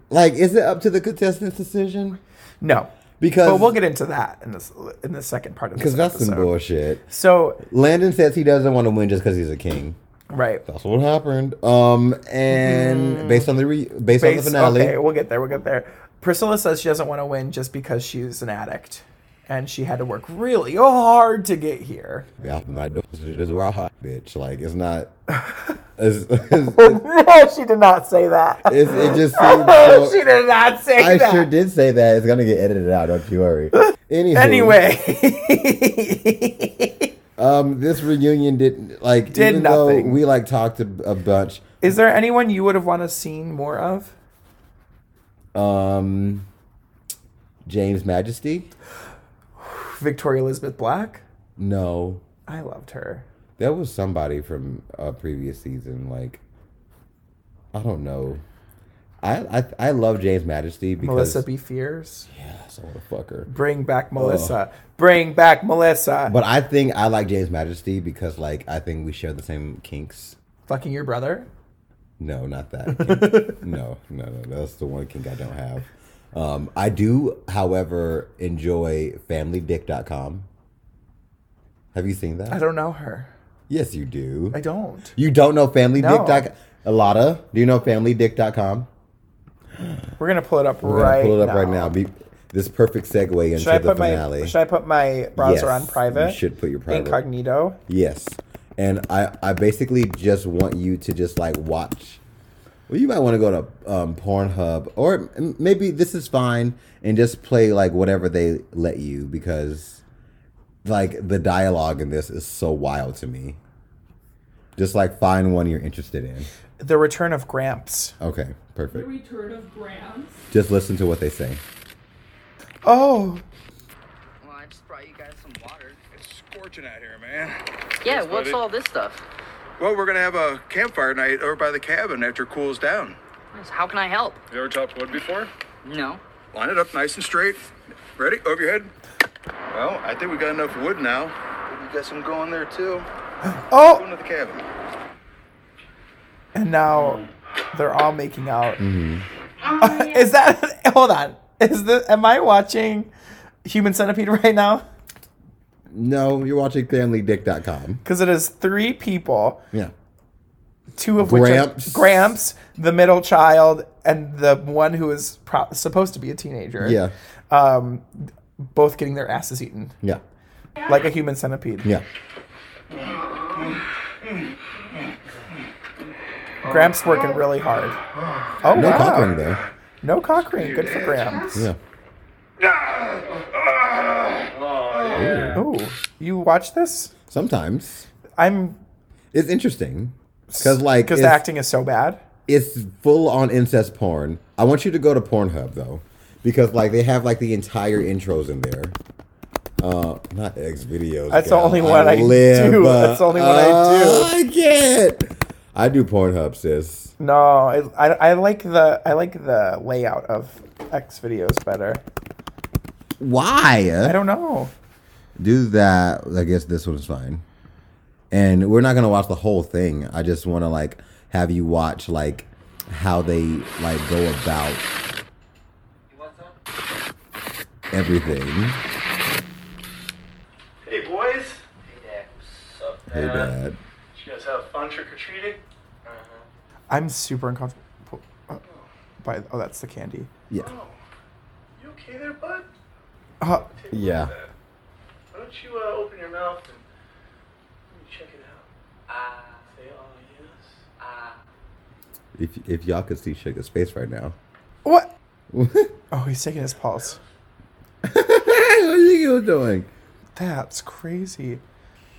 Speaker 3: Like, is it up to the contestant's decision?
Speaker 2: No.
Speaker 3: Because-
Speaker 2: But we'll get into that in this in the second part of this.
Speaker 3: Because that's some
Speaker 2: episode.
Speaker 3: bullshit.
Speaker 2: So
Speaker 3: Landon says he doesn't want to win just because he's a king.
Speaker 2: right.
Speaker 3: That's what happened. Um, and based on the re- based, on
Speaker 2: Mm-hmm.
Speaker 3: the
Speaker 2: Base-
Speaker 3: finale,
Speaker 2: Okay, we'll get there. We'll get there. Priscilla says she doesn't want to win just because she's an addict, and she had to work really hard to get here.
Speaker 3: yeah, I'm not doing this is raw hot bitch. Like, it's not. It's, it's,
Speaker 2: no, she did not say that.
Speaker 3: it's- it just seems so-
Speaker 2: she did not say
Speaker 3: I
Speaker 2: that.
Speaker 3: sure did say that. It's gonna get edited out. Don't you worry. Anywho,
Speaker 2: Anyway,
Speaker 3: um, this reunion didn't like
Speaker 2: Did
Speaker 3: even though
Speaker 2: nothing.
Speaker 3: we like talked a, a bunch.
Speaker 2: is there anyone you would have want to seen more of?
Speaker 3: Um, James Majesty.
Speaker 2: Victoria Elizabeth Black.
Speaker 3: No,
Speaker 2: I loved her.
Speaker 3: That was somebody from a previous season. Like, I don't know. I I, I love James Majesty because
Speaker 2: Melissa B. Fears.
Speaker 3: yes, I want to fuck her.
Speaker 2: Bring back Melissa. Bring back Melissa.
Speaker 3: But I think I like James Majesty because like I think we share the same kinks.
Speaker 2: Fucking your brother.
Speaker 3: No, not that. kink. no, no, no. That's the one kink I don't have. Um, I do, however, enjoy FamilyDick.com. Have you seen that?
Speaker 2: I don't know her.
Speaker 3: Yes, you do.
Speaker 2: I don't.
Speaker 3: You don't know FamilyDick.com?
Speaker 2: No.
Speaker 3: Alada, do you know FamilyDick.com?
Speaker 2: We're gonna pull it up
Speaker 3: We're
Speaker 2: right.
Speaker 3: gonna pull it up right now. Be, this perfect segue into
Speaker 2: Should I
Speaker 3: the
Speaker 2: put
Speaker 3: finale.
Speaker 2: my Should I put my browser
Speaker 3: Yes,
Speaker 2: on private?
Speaker 3: you should put your private.
Speaker 2: incognito.
Speaker 3: yes, and I I basically just want you to just like watch. Well, you might want to go to um, Pornhub or m- maybe this is fine and just play like whatever they let you because like the dialogue in this is so wild to me. Just like find one you're interested in.
Speaker 2: The return of Gramps.
Speaker 3: Okay,
Speaker 4: the
Speaker 3: perfect.
Speaker 4: return of Grams.
Speaker 3: Just listen to what they say.
Speaker 2: Oh,
Speaker 6: Well, I just brought you guys some water.
Speaker 7: It's scorching out here, man.
Speaker 6: Yeah,
Speaker 7: That's
Speaker 6: what's
Speaker 7: about it.
Speaker 6: all this stuff?
Speaker 7: Well, we're gonna have a campfire night over by the cabin after it cools down.
Speaker 6: Nice. How can I help?
Speaker 7: You ever chopped wood before?
Speaker 6: No.
Speaker 7: Line it up nice and straight. Ready? Over your head. Well, I think we got enough wood now. We got some going there too.
Speaker 2: Oh,
Speaker 7: Going to the cabin.
Speaker 2: and
Speaker 3: Mm.
Speaker 2: now they're all making out.
Speaker 3: Mm-hmm.
Speaker 2: Is that? Hold on. Is this? Am I watching Human Centipede right now?
Speaker 3: No, you're watching FamilyDick.com.
Speaker 2: Because it is three people,
Speaker 3: Yeah.
Speaker 2: two of
Speaker 3: Gramps.
Speaker 2: which are Gramps, the middle child, and the one who is pro- supposed to be a teenager.
Speaker 3: Yeah.
Speaker 2: Um, both getting their asses eaten
Speaker 3: Yeah.
Speaker 2: like a human centipede.
Speaker 3: Yeah.
Speaker 2: Gramps working really hard. Oh
Speaker 3: No
Speaker 2: wow.
Speaker 3: cock ring there.
Speaker 2: No cock ring. Good for Gramps.
Speaker 3: Yeah.
Speaker 2: Ooh, you watch this?
Speaker 3: Sometimes
Speaker 2: I'm
Speaker 3: it's interesting because like
Speaker 2: because
Speaker 3: it's,
Speaker 2: the acting is so bad.
Speaker 3: it's full on incest porn. I want you to go to Pornhub though because like they have like the entire intros in there. Uh, not X videos.
Speaker 2: That's the only one I do. That's the only one I
Speaker 3: Oh, I do. I get. I do Pornhub, sis.
Speaker 2: No, I, I, I like the I like the layout of X videos better.
Speaker 3: Why?
Speaker 2: I don't know.
Speaker 3: do that. I guess this one's fine. And we're not gonna watch the whole thing. I just want to like have you watch like how they like go about everything.
Speaker 8: Hey boys,
Speaker 3: Hey, Dad.
Speaker 8: did you guys have fun trick or treating?
Speaker 2: I'm super uncomfortable. uh, By oh, that's the candy.
Speaker 3: Yeah.
Speaker 8: Oh, You okay there, bud?
Speaker 2: Uh,
Speaker 3: Yeah.
Speaker 8: Why don't you uh, open your mouth and let me check it out? Ah. Say oh yes.
Speaker 3: If if y'all could see Sugar's face right now.
Speaker 2: what?
Speaker 3: what
Speaker 2: Oh, he's taking his pulse.
Speaker 3: are you doing?
Speaker 2: That's crazy.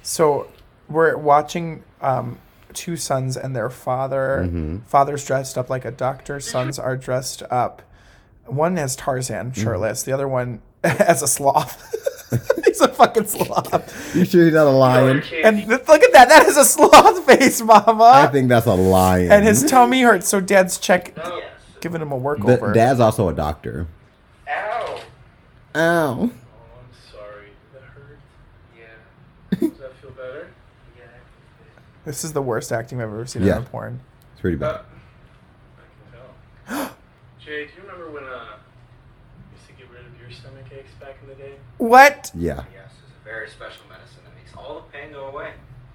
Speaker 2: So we're watching um, two sons and their father. Father's dressed up like a doctor. Sons are dressed up. One has Tarzan shirtless. The other one as a sloth. He's a fucking sloth.
Speaker 3: You sure he's not a lion?
Speaker 2: And th- look at that. That is a sloth face, mama.
Speaker 3: I think that's a lion.
Speaker 2: and his tummy hurts. So dad's check,
Speaker 6: Yes.
Speaker 2: giving him a
Speaker 3: The-
Speaker 2: workover.
Speaker 3: dad's also a doctor.
Speaker 8: Ow.
Speaker 3: Ow.
Speaker 8: Oh, I'm sorry. That hurt.
Speaker 6: Yeah.
Speaker 8: Does that feel better?
Speaker 6: Yeah.
Speaker 2: this is the worst acting I've ever seen
Speaker 3: Yeah.
Speaker 2: in a porn.
Speaker 3: It's pretty
Speaker 8: Uh,
Speaker 3: bad.
Speaker 8: I can tell. Jay, do you remember when uh you used to get rid of your stomach aches back in the day?
Speaker 2: What?
Speaker 3: Yeah.
Speaker 6: Yes, it's a very special medicine that makes all the pain go away.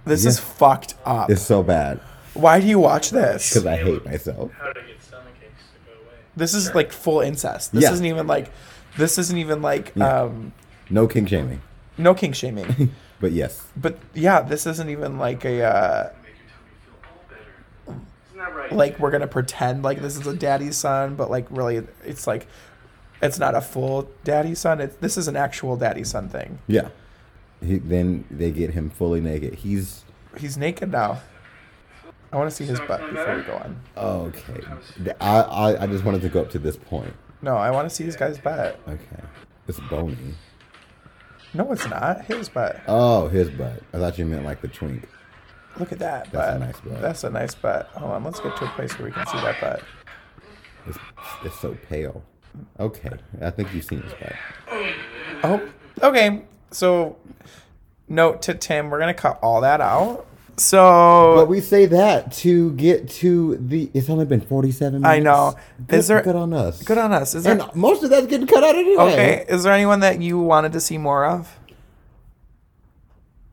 Speaker 2: This
Speaker 3: Yeah.
Speaker 2: is fucked up.
Speaker 3: It's so bad
Speaker 2: Why do you watch this?
Speaker 3: because I hate myself.
Speaker 8: How to get stomach aches to go away?
Speaker 2: This is like full incest. This
Speaker 3: Yeah.
Speaker 2: isn't even like this isn't even like
Speaker 3: Yeah.
Speaker 2: um
Speaker 3: No king shaming.
Speaker 2: no king shaming.
Speaker 3: But yes.
Speaker 2: but yeah, this isn't even like a uh
Speaker 8: Make your tummy feel all better. Isn't that right?
Speaker 2: like we're gonna pretend like this is a daddy's son, but like really it's like it's not a full daddy son. It, this is an actual daddy son thing.
Speaker 3: Yeah. He, then they get him fully naked. He's
Speaker 2: He's naked now. I want to see his butt before we go on.
Speaker 3: okay. I, I I just wanted to go up to this point.
Speaker 2: No, I want to see this guy's butt.
Speaker 3: Okay. It's bony.
Speaker 2: No, it's not his butt.
Speaker 3: Oh, his butt. I thought you meant like the twink.
Speaker 2: Look at that
Speaker 3: That's a
Speaker 2: butt.
Speaker 3: nice butt.
Speaker 2: That's a nice butt. Hold on, let's get to a place where we can see that butt.
Speaker 3: It's, it's so pale. Okay, I think you've seen his butt.
Speaker 2: Oh, okay. So, note to Tim, we're gonna cut all that out. So
Speaker 3: But we say that to get to the. It's only been forty-seven. minutes.
Speaker 2: I know.
Speaker 3: Good,
Speaker 2: Is there-
Speaker 3: good on us?
Speaker 2: good on us. Is there
Speaker 3: And most of that's getting cut out anyway.
Speaker 2: okay? Is there anyone that you wanted to see more of?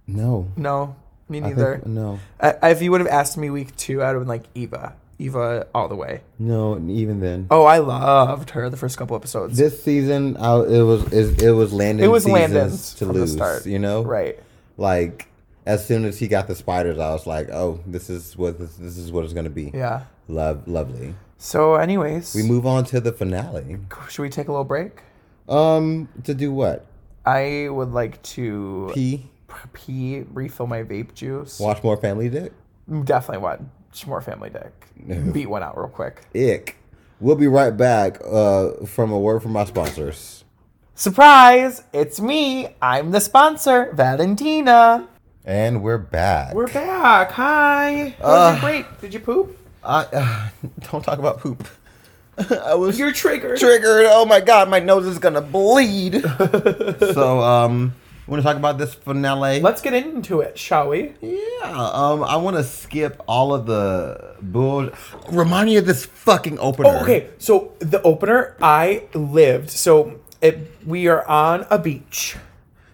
Speaker 3: No.
Speaker 2: No, me
Speaker 3: I think-
Speaker 2: neither.
Speaker 3: no.
Speaker 2: I, if you would have asked me week two, I'd have been like Eva, Eva all the way.
Speaker 3: No. And even then.
Speaker 2: Oh, I loved her the first couple episodes.
Speaker 3: this season I, it was it, it was Landon's
Speaker 2: it was
Speaker 3: seasons
Speaker 2: Landon's
Speaker 3: to
Speaker 2: from
Speaker 3: lose
Speaker 2: the start.
Speaker 3: you know
Speaker 2: right?
Speaker 3: like as soon as he got the spiders I was like oh this is what this, this is what it's gonna be
Speaker 2: Yeah.
Speaker 3: love lovely
Speaker 2: So, anyways,
Speaker 3: we move on to the finale
Speaker 2: should we take a little break?
Speaker 3: um to do what
Speaker 2: I would like to
Speaker 3: P
Speaker 2: pee, refill my vape juice.
Speaker 3: watch more Family Dick
Speaker 2: Definitely one. Just more family dick. Beat one out real quick.
Speaker 3: ick we'll be right back uh from a word from my sponsors
Speaker 2: Surprise! It's me. I'm the sponsor, Valentina.
Speaker 3: and we're back
Speaker 2: We're back. Hi. How was your break? Did you poop?
Speaker 3: I, uh, don't talk about poop I was
Speaker 2: You're triggered.
Speaker 3: triggered. Oh my god, my nose is gonna bleed. so, um, want to talk about this finale?
Speaker 2: Let's get into it, shall we?
Speaker 3: yeah. Um, I want to skip all of the bull. Remind me of this fucking opener.
Speaker 2: Oh, okay. So the opener, I lived. So it, we are on a beach.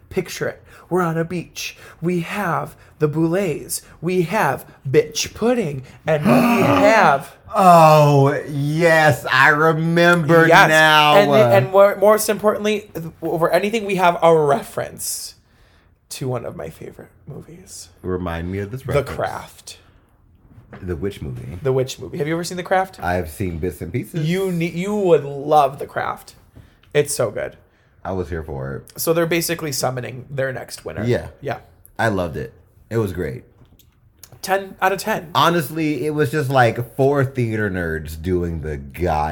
Speaker 2: Picture it. We're on a beach. We have the boules. We have bitch pudding, and we have
Speaker 3: Oh yes, I remember
Speaker 2: yes.
Speaker 3: now.
Speaker 2: and,
Speaker 3: Uh,
Speaker 2: and more, most importantly, over anything, we have a reference to one of my favorite movies,
Speaker 3: remind me of this.
Speaker 2: The
Speaker 3: Reference.
Speaker 2: Craft,
Speaker 3: The witch movie.
Speaker 2: the witch movie. Have you ever seen The Craft?
Speaker 3: I've seen bits and pieces.
Speaker 2: you need, you would love The Craft. It's so good.
Speaker 3: I was here for it.
Speaker 2: So they're basically summoning their next winner.
Speaker 3: Yeah.
Speaker 2: Yeah.
Speaker 3: I loved it. It was great.
Speaker 2: 10 out of 10.
Speaker 3: Honestly, it was just like four theater nerds doing the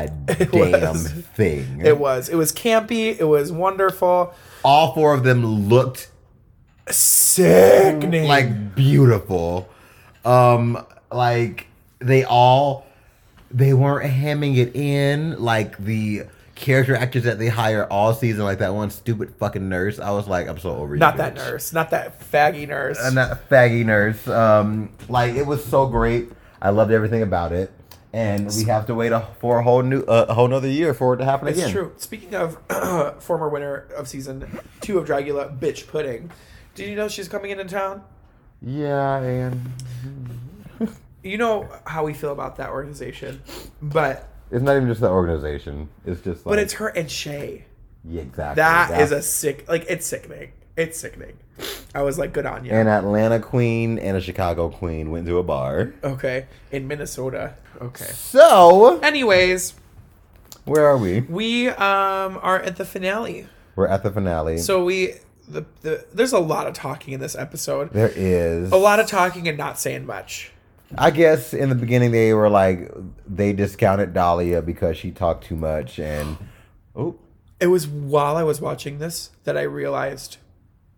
Speaker 3: goddamn
Speaker 2: was.
Speaker 3: thing.
Speaker 2: It was. It was campy. It was wonderful.
Speaker 3: All four of them looked
Speaker 2: Sickening.
Speaker 3: like beautiful. Um, like they all they weren't hamming it in like the character actors that they hire all season, like that one stupid fucking nurse. I was like, I'm so over you.
Speaker 2: not that
Speaker 3: bitch.
Speaker 2: nurse. Not that faggy nurse.
Speaker 3: and that faggy nurse. Um, like it was so great. I loved everything about it, and we have to wait a, for a whole new, uh, a whole another year for it to happen
Speaker 2: it's
Speaker 3: again.
Speaker 2: true. Speaking of former winner of season two of Dragula, Bitch Pudding, did you know she's coming into town?
Speaker 3: Yeah, and
Speaker 2: You know how we feel about that organization. But
Speaker 3: it's not even just the organization. It's just like
Speaker 2: but it's her and Shay.
Speaker 3: yeah, exactly.
Speaker 2: That is
Speaker 3: That's-
Speaker 2: a sick like it's sickening. It's sickening. I was like, good on you.
Speaker 3: an Atlanta queen and a Chicago queen went to a bar.
Speaker 2: okay. In Minnesota. Okay.
Speaker 3: So
Speaker 2: Anyways,
Speaker 3: where are we?
Speaker 2: we um are at the finale.
Speaker 3: We're at the finale.
Speaker 2: So we the, the there's a lot of talking in this episode.
Speaker 3: there is
Speaker 2: A lot of talking and not saying much.
Speaker 3: I guess in the beginning they were like they discounted Dahlia because she talked too much and oh
Speaker 2: It was while I was watching this that I realized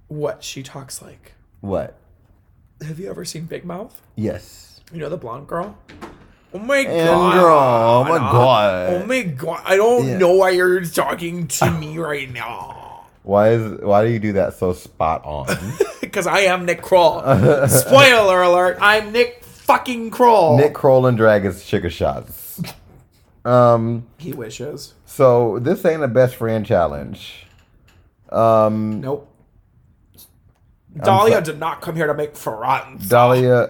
Speaker 2: what she talks like.
Speaker 3: what?
Speaker 2: Have you ever seen Big Mouth?
Speaker 3: Yes.
Speaker 2: You know the blonde girl? Oh my
Speaker 3: And
Speaker 2: god.
Speaker 3: girl, oh my god.
Speaker 2: Oh my god. I don't
Speaker 3: Yeah.
Speaker 2: know why you're talking to me right now.
Speaker 3: Why is why do you do that so spot on?
Speaker 2: Because I am Nick Kroll. Spoiler alert, I'm Nick fucking Kroll.
Speaker 3: Nick Kroll and drag is sugar shots. Um
Speaker 2: He wishes.
Speaker 3: so this ain't a best friend challenge. Um
Speaker 2: Nope. Dahlia
Speaker 3: sorry.
Speaker 2: did not come here to make friends.
Speaker 3: Dahlia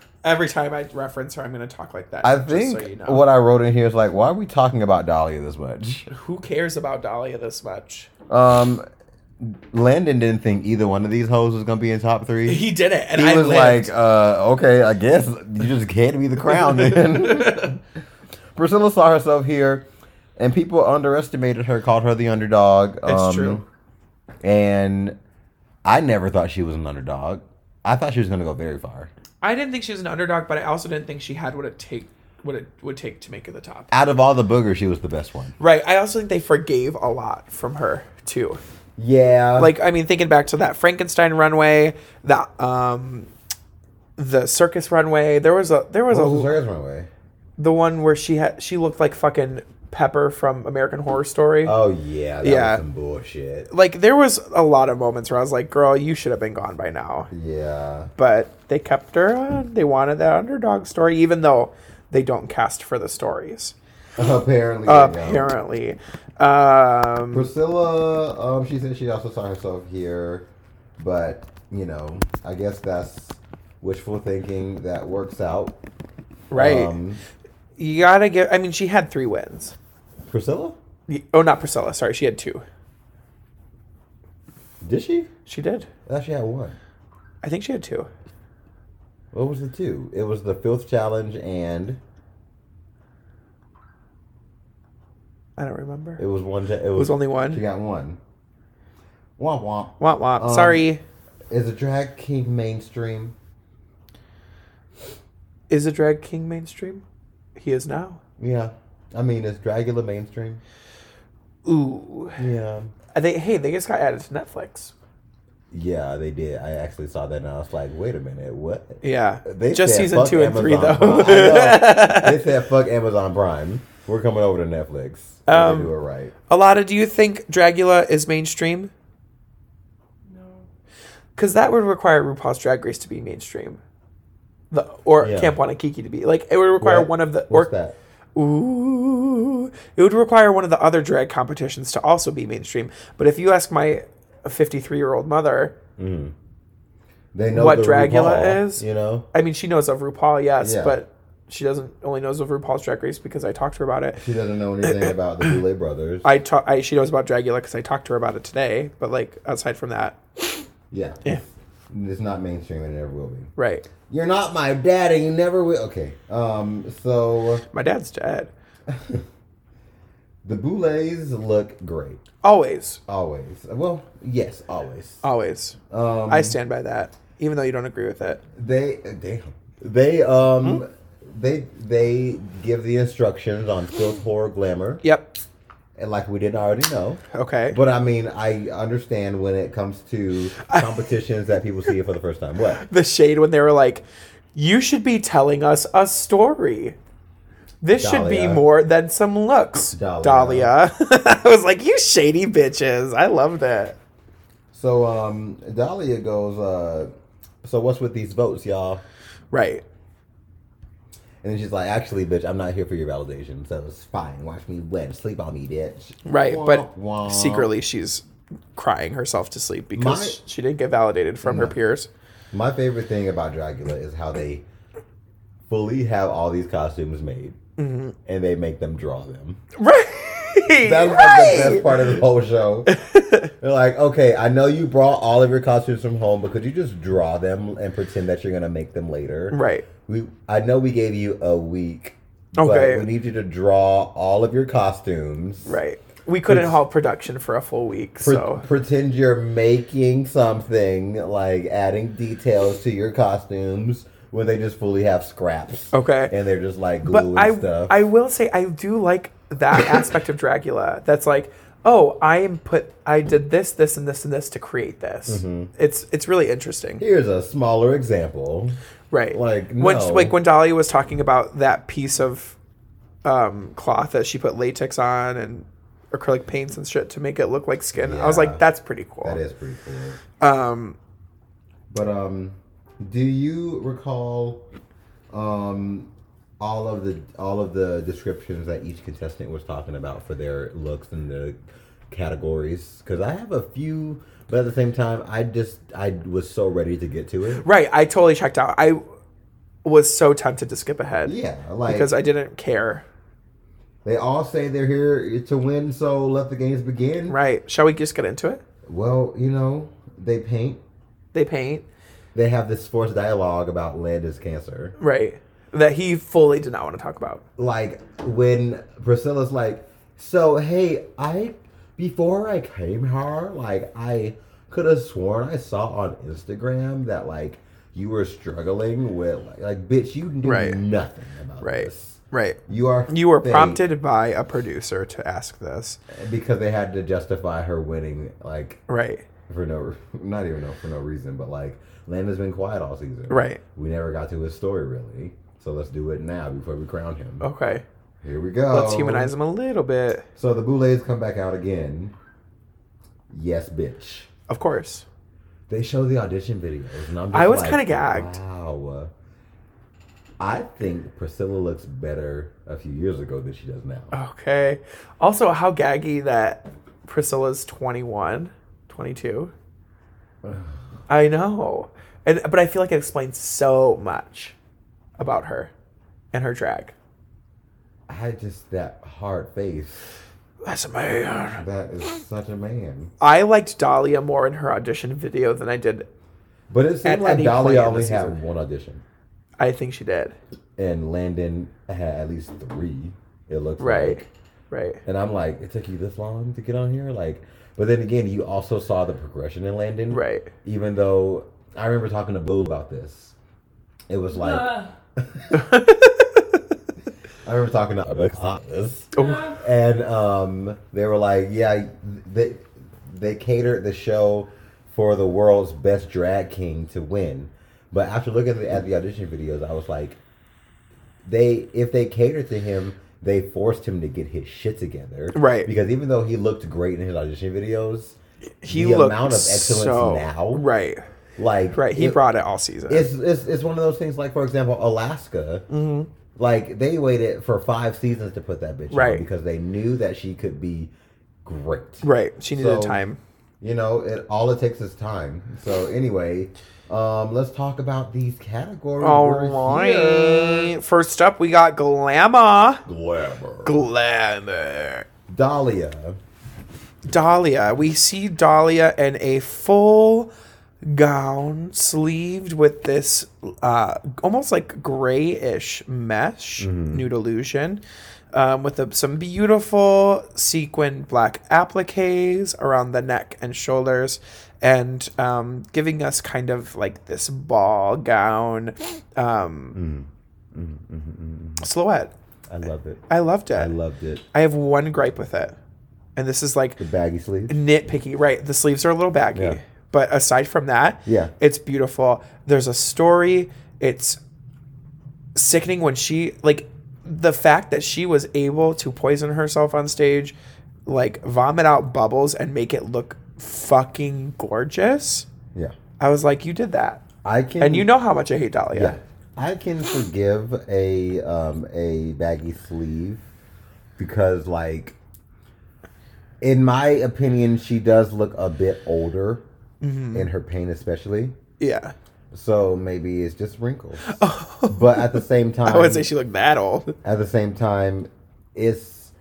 Speaker 2: Every time I reference her, I'm going to talk like that.
Speaker 3: I
Speaker 2: just
Speaker 3: think
Speaker 2: so you know.
Speaker 3: what I wrote in here is like, why are we talking about Dahlia this much?
Speaker 2: Who cares about Dahlia this much?
Speaker 3: Um Landon didn't think either one of these hoes was gonna be in top three.
Speaker 2: He did it, and
Speaker 3: he
Speaker 2: I
Speaker 3: was
Speaker 2: lived.
Speaker 3: like, uh, okay, I guess you just can't be the crown then. Priscilla saw herself here, and people underestimated her, called her the underdog. Um,
Speaker 2: It's true.
Speaker 3: And I never thought she was an underdog. I thought she was going to go very far.
Speaker 2: I didn't think she was an underdog, but I also didn't think she had what it take what it would take to make it the top.
Speaker 3: Out of all the boogers, she was the best one.
Speaker 2: Right. I also think they forgave a lot from her too.
Speaker 3: Yeah. Like,
Speaker 2: Like I mean, thinking back to that Frankenstein runway, that um, the circus runway. There was a there was a
Speaker 3: runway?
Speaker 2: the one where she had she looked like fucking Pepper from American Horror Story.
Speaker 3: Oh, yeah. That
Speaker 2: Yeah.
Speaker 3: bullshit.
Speaker 2: like there was a lot of moments where I was like, "Girl, you should have been gone by now."
Speaker 3: Yeah.
Speaker 2: But they kept her. on. They wanted that underdog story, even though they don't cast for the stories.
Speaker 3: Apparently.
Speaker 2: Apparently, um,
Speaker 3: Priscilla, um, she said she also saw herself here, but you know, I guess that's wishful thinking that works out.
Speaker 2: right?
Speaker 3: Um,
Speaker 2: you gotta give. I mean, she had three wins.
Speaker 3: Priscilla,
Speaker 2: Y- Oh, not Priscilla. Sorry, she had two.
Speaker 3: did she?
Speaker 2: She did.
Speaker 3: I thought she had one.
Speaker 2: I think she had two.
Speaker 3: What was the two? It was the filth challenge, and
Speaker 2: I don't remember.
Speaker 3: it was one. It was,
Speaker 2: was only one?
Speaker 3: She got one. Womp womp.
Speaker 2: Womp womp.
Speaker 3: Um,
Speaker 2: Sorry.
Speaker 3: Is a drag king mainstream?
Speaker 2: Is a drag king mainstream? He is now.
Speaker 3: Yeah. I mean, is Dragula mainstream?
Speaker 2: Ooh.
Speaker 3: Yeah.
Speaker 2: Uh, They hey, they just got added to Netflix.
Speaker 3: Yeah, they did. I actually saw that, and I was like, "Wait a minute, what?"
Speaker 2: Yeah.
Speaker 3: They
Speaker 2: just
Speaker 3: said,
Speaker 2: season
Speaker 3: "Fuck
Speaker 2: two and three
Speaker 3: Amazon
Speaker 2: though.
Speaker 3: Prime." I know. they said fuck Amazon Prime. We're coming over to Netflix.
Speaker 2: Um,
Speaker 3: we do it right.
Speaker 2: Alana, do you think Dragula is mainstream?
Speaker 4: No.
Speaker 2: Because that would require RuPaul's Drag Race to be mainstream, the, or
Speaker 3: Yeah.
Speaker 2: Camp Wanakiki to be like it would require
Speaker 3: What?
Speaker 2: one of the
Speaker 3: What's
Speaker 2: or
Speaker 3: that?
Speaker 2: Ooh. It would require one of the other drag competitions to also be mainstream. But if you ask my 53 year old mother,
Speaker 3: They know
Speaker 2: what
Speaker 3: the
Speaker 2: Dragula
Speaker 3: RuPaul,
Speaker 2: is?
Speaker 3: You know,
Speaker 2: I mean, she knows of RuPaul, yes,
Speaker 3: Yeah.
Speaker 2: but she doesn't only knows of RuPaul's Drag Race because I talked to her about it.
Speaker 3: she doesn't know anything about the Boulay brothers.
Speaker 2: I, ta- I she knows about Dragula because I talked to her about it today. But like outside from that,
Speaker 3: yeah.
Speaker 2: Yeah.
Speaker 3: It's not mainstream and it never will be.
Speaker 2: right?
Speaker 3: You're not my daddy. You never will. Okay. Um. So
Speaker 2: My dad's dead.
Speaker 3: the Boulays look great.
Speaker 2: Always,
Speaker 3: Always. Well, yes, always.
Speaker 2: always.
Speaker 3: Um,
Speaker 2: I stand by that, even though you don't agree with it.
Speaker 3: they they they um they they give the instructions on filth horror glamour
Speaker 2: Yep.
Speaker 3: and like we didn't already know
Speaker 2: Okay.
Speaker 3: but i mean i understand when it comes to competitions that people see it for the first time what
Speaker 2: the shade when they were like, "You should be telling us a story. This should be
Speaker 3: Dahlia.
Speaker 2: more than some looks."
Speaker 3: Dahlia.
Speaker 2: Dahlia, I was like, "You shady bitches." I love that.
Speaker 3: so um dahlia goes uh so what's with these votes y'all
Speaker 2: Right.
Speaker 3: and then she's like actually bitch i'm not here for your validation so it's fine watch me win sleep on me bitch
Speaker 2: Right.
Speaker 3: Wah,
Speaker 2: but
Speaker 3: wah.
Speaker 2: secretly, she's crying herself to sleep because
Speaker 3: My-
Speaker 2: she didn't get validated from her peers.
Speaker 3: My favorite thing about Dracula is how they fully have all these costumes made
Speaker 2: Mm-hmm.
Speaker 3: and they make them draw them.
Speaker 2: Right.
Speaker 3: That's
Speaker 2: right.
Speaker 3: like the best part of the whole show. They're like, okay, I know you brought all of your costumes from home, but could you just draw them and pretend that you're gonna make them later?
Speaker 2: Right.
Speaker 3: We, I know we gave you a week,
Speaker 2: Okay.
Speaker 3: but we need you to draw all of your costumes.
Speaker 2: Right. We couldn't halt production for a full week,
Speaker 3: Pre-
Speaker 2: so
Speaker 3: pretend you're making something like adding details to your costumes when they just fully have scraps.
Speaker 2: Okay.
Speaker 3: and they're just like glue
Speaker 2: but
Speaker 3: and
Speaker 2: I,
Speaker 3: stuff.
Speaker 2: I will say I do like that aspect of Dracula. That's like, oh, I am put, I did this, this, and this, and this to create this.
Speaker 3: Mm-hmm.
Speaker 2: It's it's really interesting,
Speaker 3: Here's a smaller example.
Speaker 2: right?
Speaker 3: Like,
Speaker 2: when
Speaker 3: no.
Speaker 2: like when Dahlia was talking about that piece of um, cloth that she put latex on and acrylic paints and shit to make it look like skin. I was
Speaker 3: Yeah.
Speaker 2: like, that's pretty cool.
Speaker 3: That is pretty cool.
Speaker 2: Um,
Speaker 3: But um, do you recall um all of the all of the descriptions that each contestant was talking about for their looks and the categories? Because I have a few, but at the same time, I just I was so ready to get to it.
Speaker 2: right. I totally checked out. I was so tempted to skip ahead.
Speaker 3: Yeah, like
Speaker 2: because I didn't care.
Speaker 3: They all say they're here to win, so let the games begin.
Speaker 2: Right. Shall we just get into it?
Speaker 3: Well, you know, they paint.
Speaker 2: They paint.
Speaker 3: They have this forced dialogue about lead is cancer.
Speaker 2: Right. That he fully did not want to talk about.
Speaker 3: Like when Priscilla's like, "So hey, I before I came here, like I could have sworn I saw on Instagram that like you were struggling with like, like bitch, you knew
Speaker 2: Right.
Speaker 3: nothing about this.
Speaker 2: Right.
Speaker 3: You are
Speaker 2: You were
Speaker 3: fake."
Speaker 2: prompted by a producer to ask this.
Speaker 3: because they had to justify her winning like
Speaker 2: Right.
Speaker 3: for no not even no for no reason, but like Landon's been quiet all season.
Speaker 2: Right.
Speaker 3: We never got to his story really. So let's do it now before we crown him.
Speaker 2: Okay.
Speaker 3: Here we go.
Speaker 2: Oh. Let's humanize him a little bit.
Speaker 3: So the Boulets come back out again. Yes, bitch.
Speaker 2: Of course.
Speaker 3: They show the audition videos, and I'm. Just
Speaker 2: I was
Speaker 3: like,
Speaker 2: kinda gagged.
Speaker 3: Wow. I think Priscilla looks better a few years ago than she does now.
Speaker 2: Uh. Okay. Also, how gaggy that Priscilla's 21, 22. I know. And but I feel like it explains so much about her and her drag.
Speaker 3: I had just that hard face.
Speaker 2: That's a man.
Speaker 3: That is such a man.
Speaker 2: I liked Dahlia more in her audition video than I did.
Speaker 3: But it seemed
Speaker 2: At
Speaker 3: like
Speaker 2: any
Speaker 3: Dolly
Speaker 2: point in the
Speaker 3: only had
Speaker 2: season.
Speaker 3: one audition.
Speaker 2: I think she did.
Speaker 3: and Landon had at least three. It looks
Speaker 2: Right.
Speaker 3: like.
Speaker 2: Right.
Speaker 3: and I'm like, it took you this long to get on here, like. But then again, you also saw the progression in Landon,
Speaker 2: Right.
Speaker 3: Even though I remember talking to Boo about this, it was like
Speaker 4: Ugh.
Speaker 3: I remember talking to Alex about this,
Speaker 2: Oh.
Speaker 3: and um, they were like, yeah, they they catered the show for the world's best drag king to win. But after looking at the, at the audition videos, I was like, they if they catered to him, they forced him to get his shit together.
Speaker 2: Right.
Speaker 3: Because even though he looked great in his audition videos,
Speaker 2: He
Speaker 3: the
Speaker 2: looked
Speaker 3: amount of excellence
Speaker 2: so-
Speaker 3: now,
Speaker 2: Right.
Speaker 3: like
Speaker 2: Right. He
Speaker 3: it-
Speaker 2: brought it all season.
Speaker 3: It's, it's it's one of those things. Like for example, Alaska.
Speaker 2: Mm-hmm.
Speaker 3: Like they waited for five seasons to put that bitch
Speaker 2: Right.
Speaker 3: on because they knew that she could be great.
Speaker 2: right. She needed
Speaker 3: So,
Speaker 2: time.
Speaker 3: You know, it all it takes is time. So anyway, um, let's talk about these categories.
Speaker 2: All
Speaker 3: We're here.
Speaker 2: right. First up, we got Glamour.
Speaker 3: Glamour.
Speaker 2: Glamour.
Speaker 3: Dahlia.
Speaker 2: Dahlia. We see Dahlia in a full gown, sleeved with this uh, almost like grayish mesh, nude illusion, um, with a, some beautiful sequined black appliques around the neck and shoulders. And um, giving us kind of like this ball gown um, silhouette.
Speaker 3: I love it.
Speaker 2: I loved it.
Speaker 3: I loved it.
Speaker 2: I have one gripe with it. And this is like
Speaker 3: The baggy sleeves.
Speaker 2: nitpicky, right? The sleeves are a little baggy,
Speaker 3: Yeah.
Speaker 2: but aside from that,
Speaker 3: Yeah.
Speaker 2: it's beautiful. There's a story. It's sickening when she like the fact that she was able to poison herself on stage, like vomit out bubbles and make it look fucking gorgeous.
Speaker 3: Yeah.
Speaker 2: I was like, you did that,
Speaker 3: I can.
Speaker 2: and you know how much I hate Dahlia.
Speaker 3: Yeah. I can forgive a um a baggy sleeve because like in my opinion she does look a bit older
Speaker 2: Mm-hmm.
Speaker 3: in her paint especially.
Speaker 2: Yeah,
Speaker 3: So maybe it's just wrinkles. but at the same time
Speaker 2: Oh. I would say she looked that old.
Speaker 3: at the same time, it's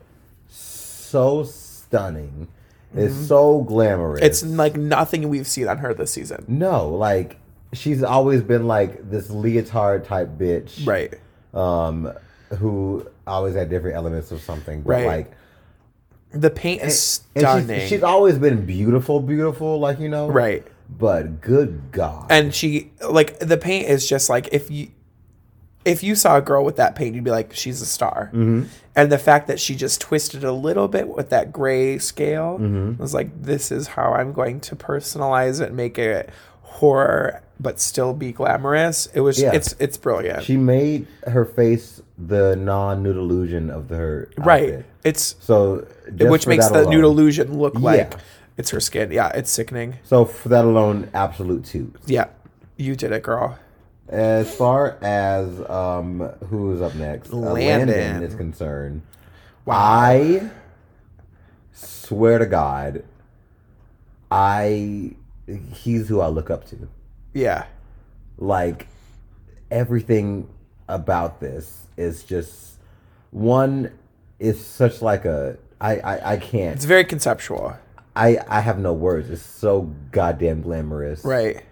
Speaker 3: so stunning. It's so glamorous.
Speaker 2: Mm-hmm. It's like nothing we've seen on her this season,
Speaker 3: no, like she's always been like this leotard type bitch,
Speaker 2: right?
Speaker 3: Um, who always had different elements of something, but
Speaker 2: Right.
Speaker 3: like
Speaker 2: The paint is
Speaker 3: and she's-
Speaker 2: stunning.
Speaker 3: she's, always been beautiful, beautiful, like you know,
Speaker 2: Right.
Speaker 3: But good God,
Speaker 2: and she like the paint is just like if you if you saw a girl with that paint you'd be like she's a star
Speaker 3: Mm-hmm.
Speaker 2: and the fact that she just twisted a little bit with that gray scale
Speaker 3: Mm-hmm.
Speaker 2: was like this is how i'm going to personalize it and make it horror but still be glamorous it was
Speaker 3: Yeah.
Speaker 2: it's it's brilliant
Speaker 3: she made her face the non-nude illusion of the, her
Speaker 2: right
Speaker 3: outfit.
Speaker 2: it's
Speaker 3: So just
Speaker 2: which
Speaker 3: for
Speaker 2: makes
Speaker 3: that
Speaker 2: the nude
Speaker 3: alone-
Speaker 2: illusion look
Speaker 3: Yeah.
Speaker 2: like it's her skin yeah it's sickening
Speaker 3: So for that alone, absolute two.
Speaker 2: yeah you did it girl
Speaker 3: As far as um, who's up next, uh,
Speaker 2: Landon.
Speaker 3: is concerned,
Speaker 2: Wow.
Speaker 3: I swear to God, I he's who I look up to.
Speaker 2: yeah
Speaker 3: Like everything about this is just one is such like a I I, I
Speaker 2: it's
Speaker 3: can't
Speaker 2: very conceptual
Speaker 3: I I have no words. It's so goddamn glamorous.
Speaker 2: right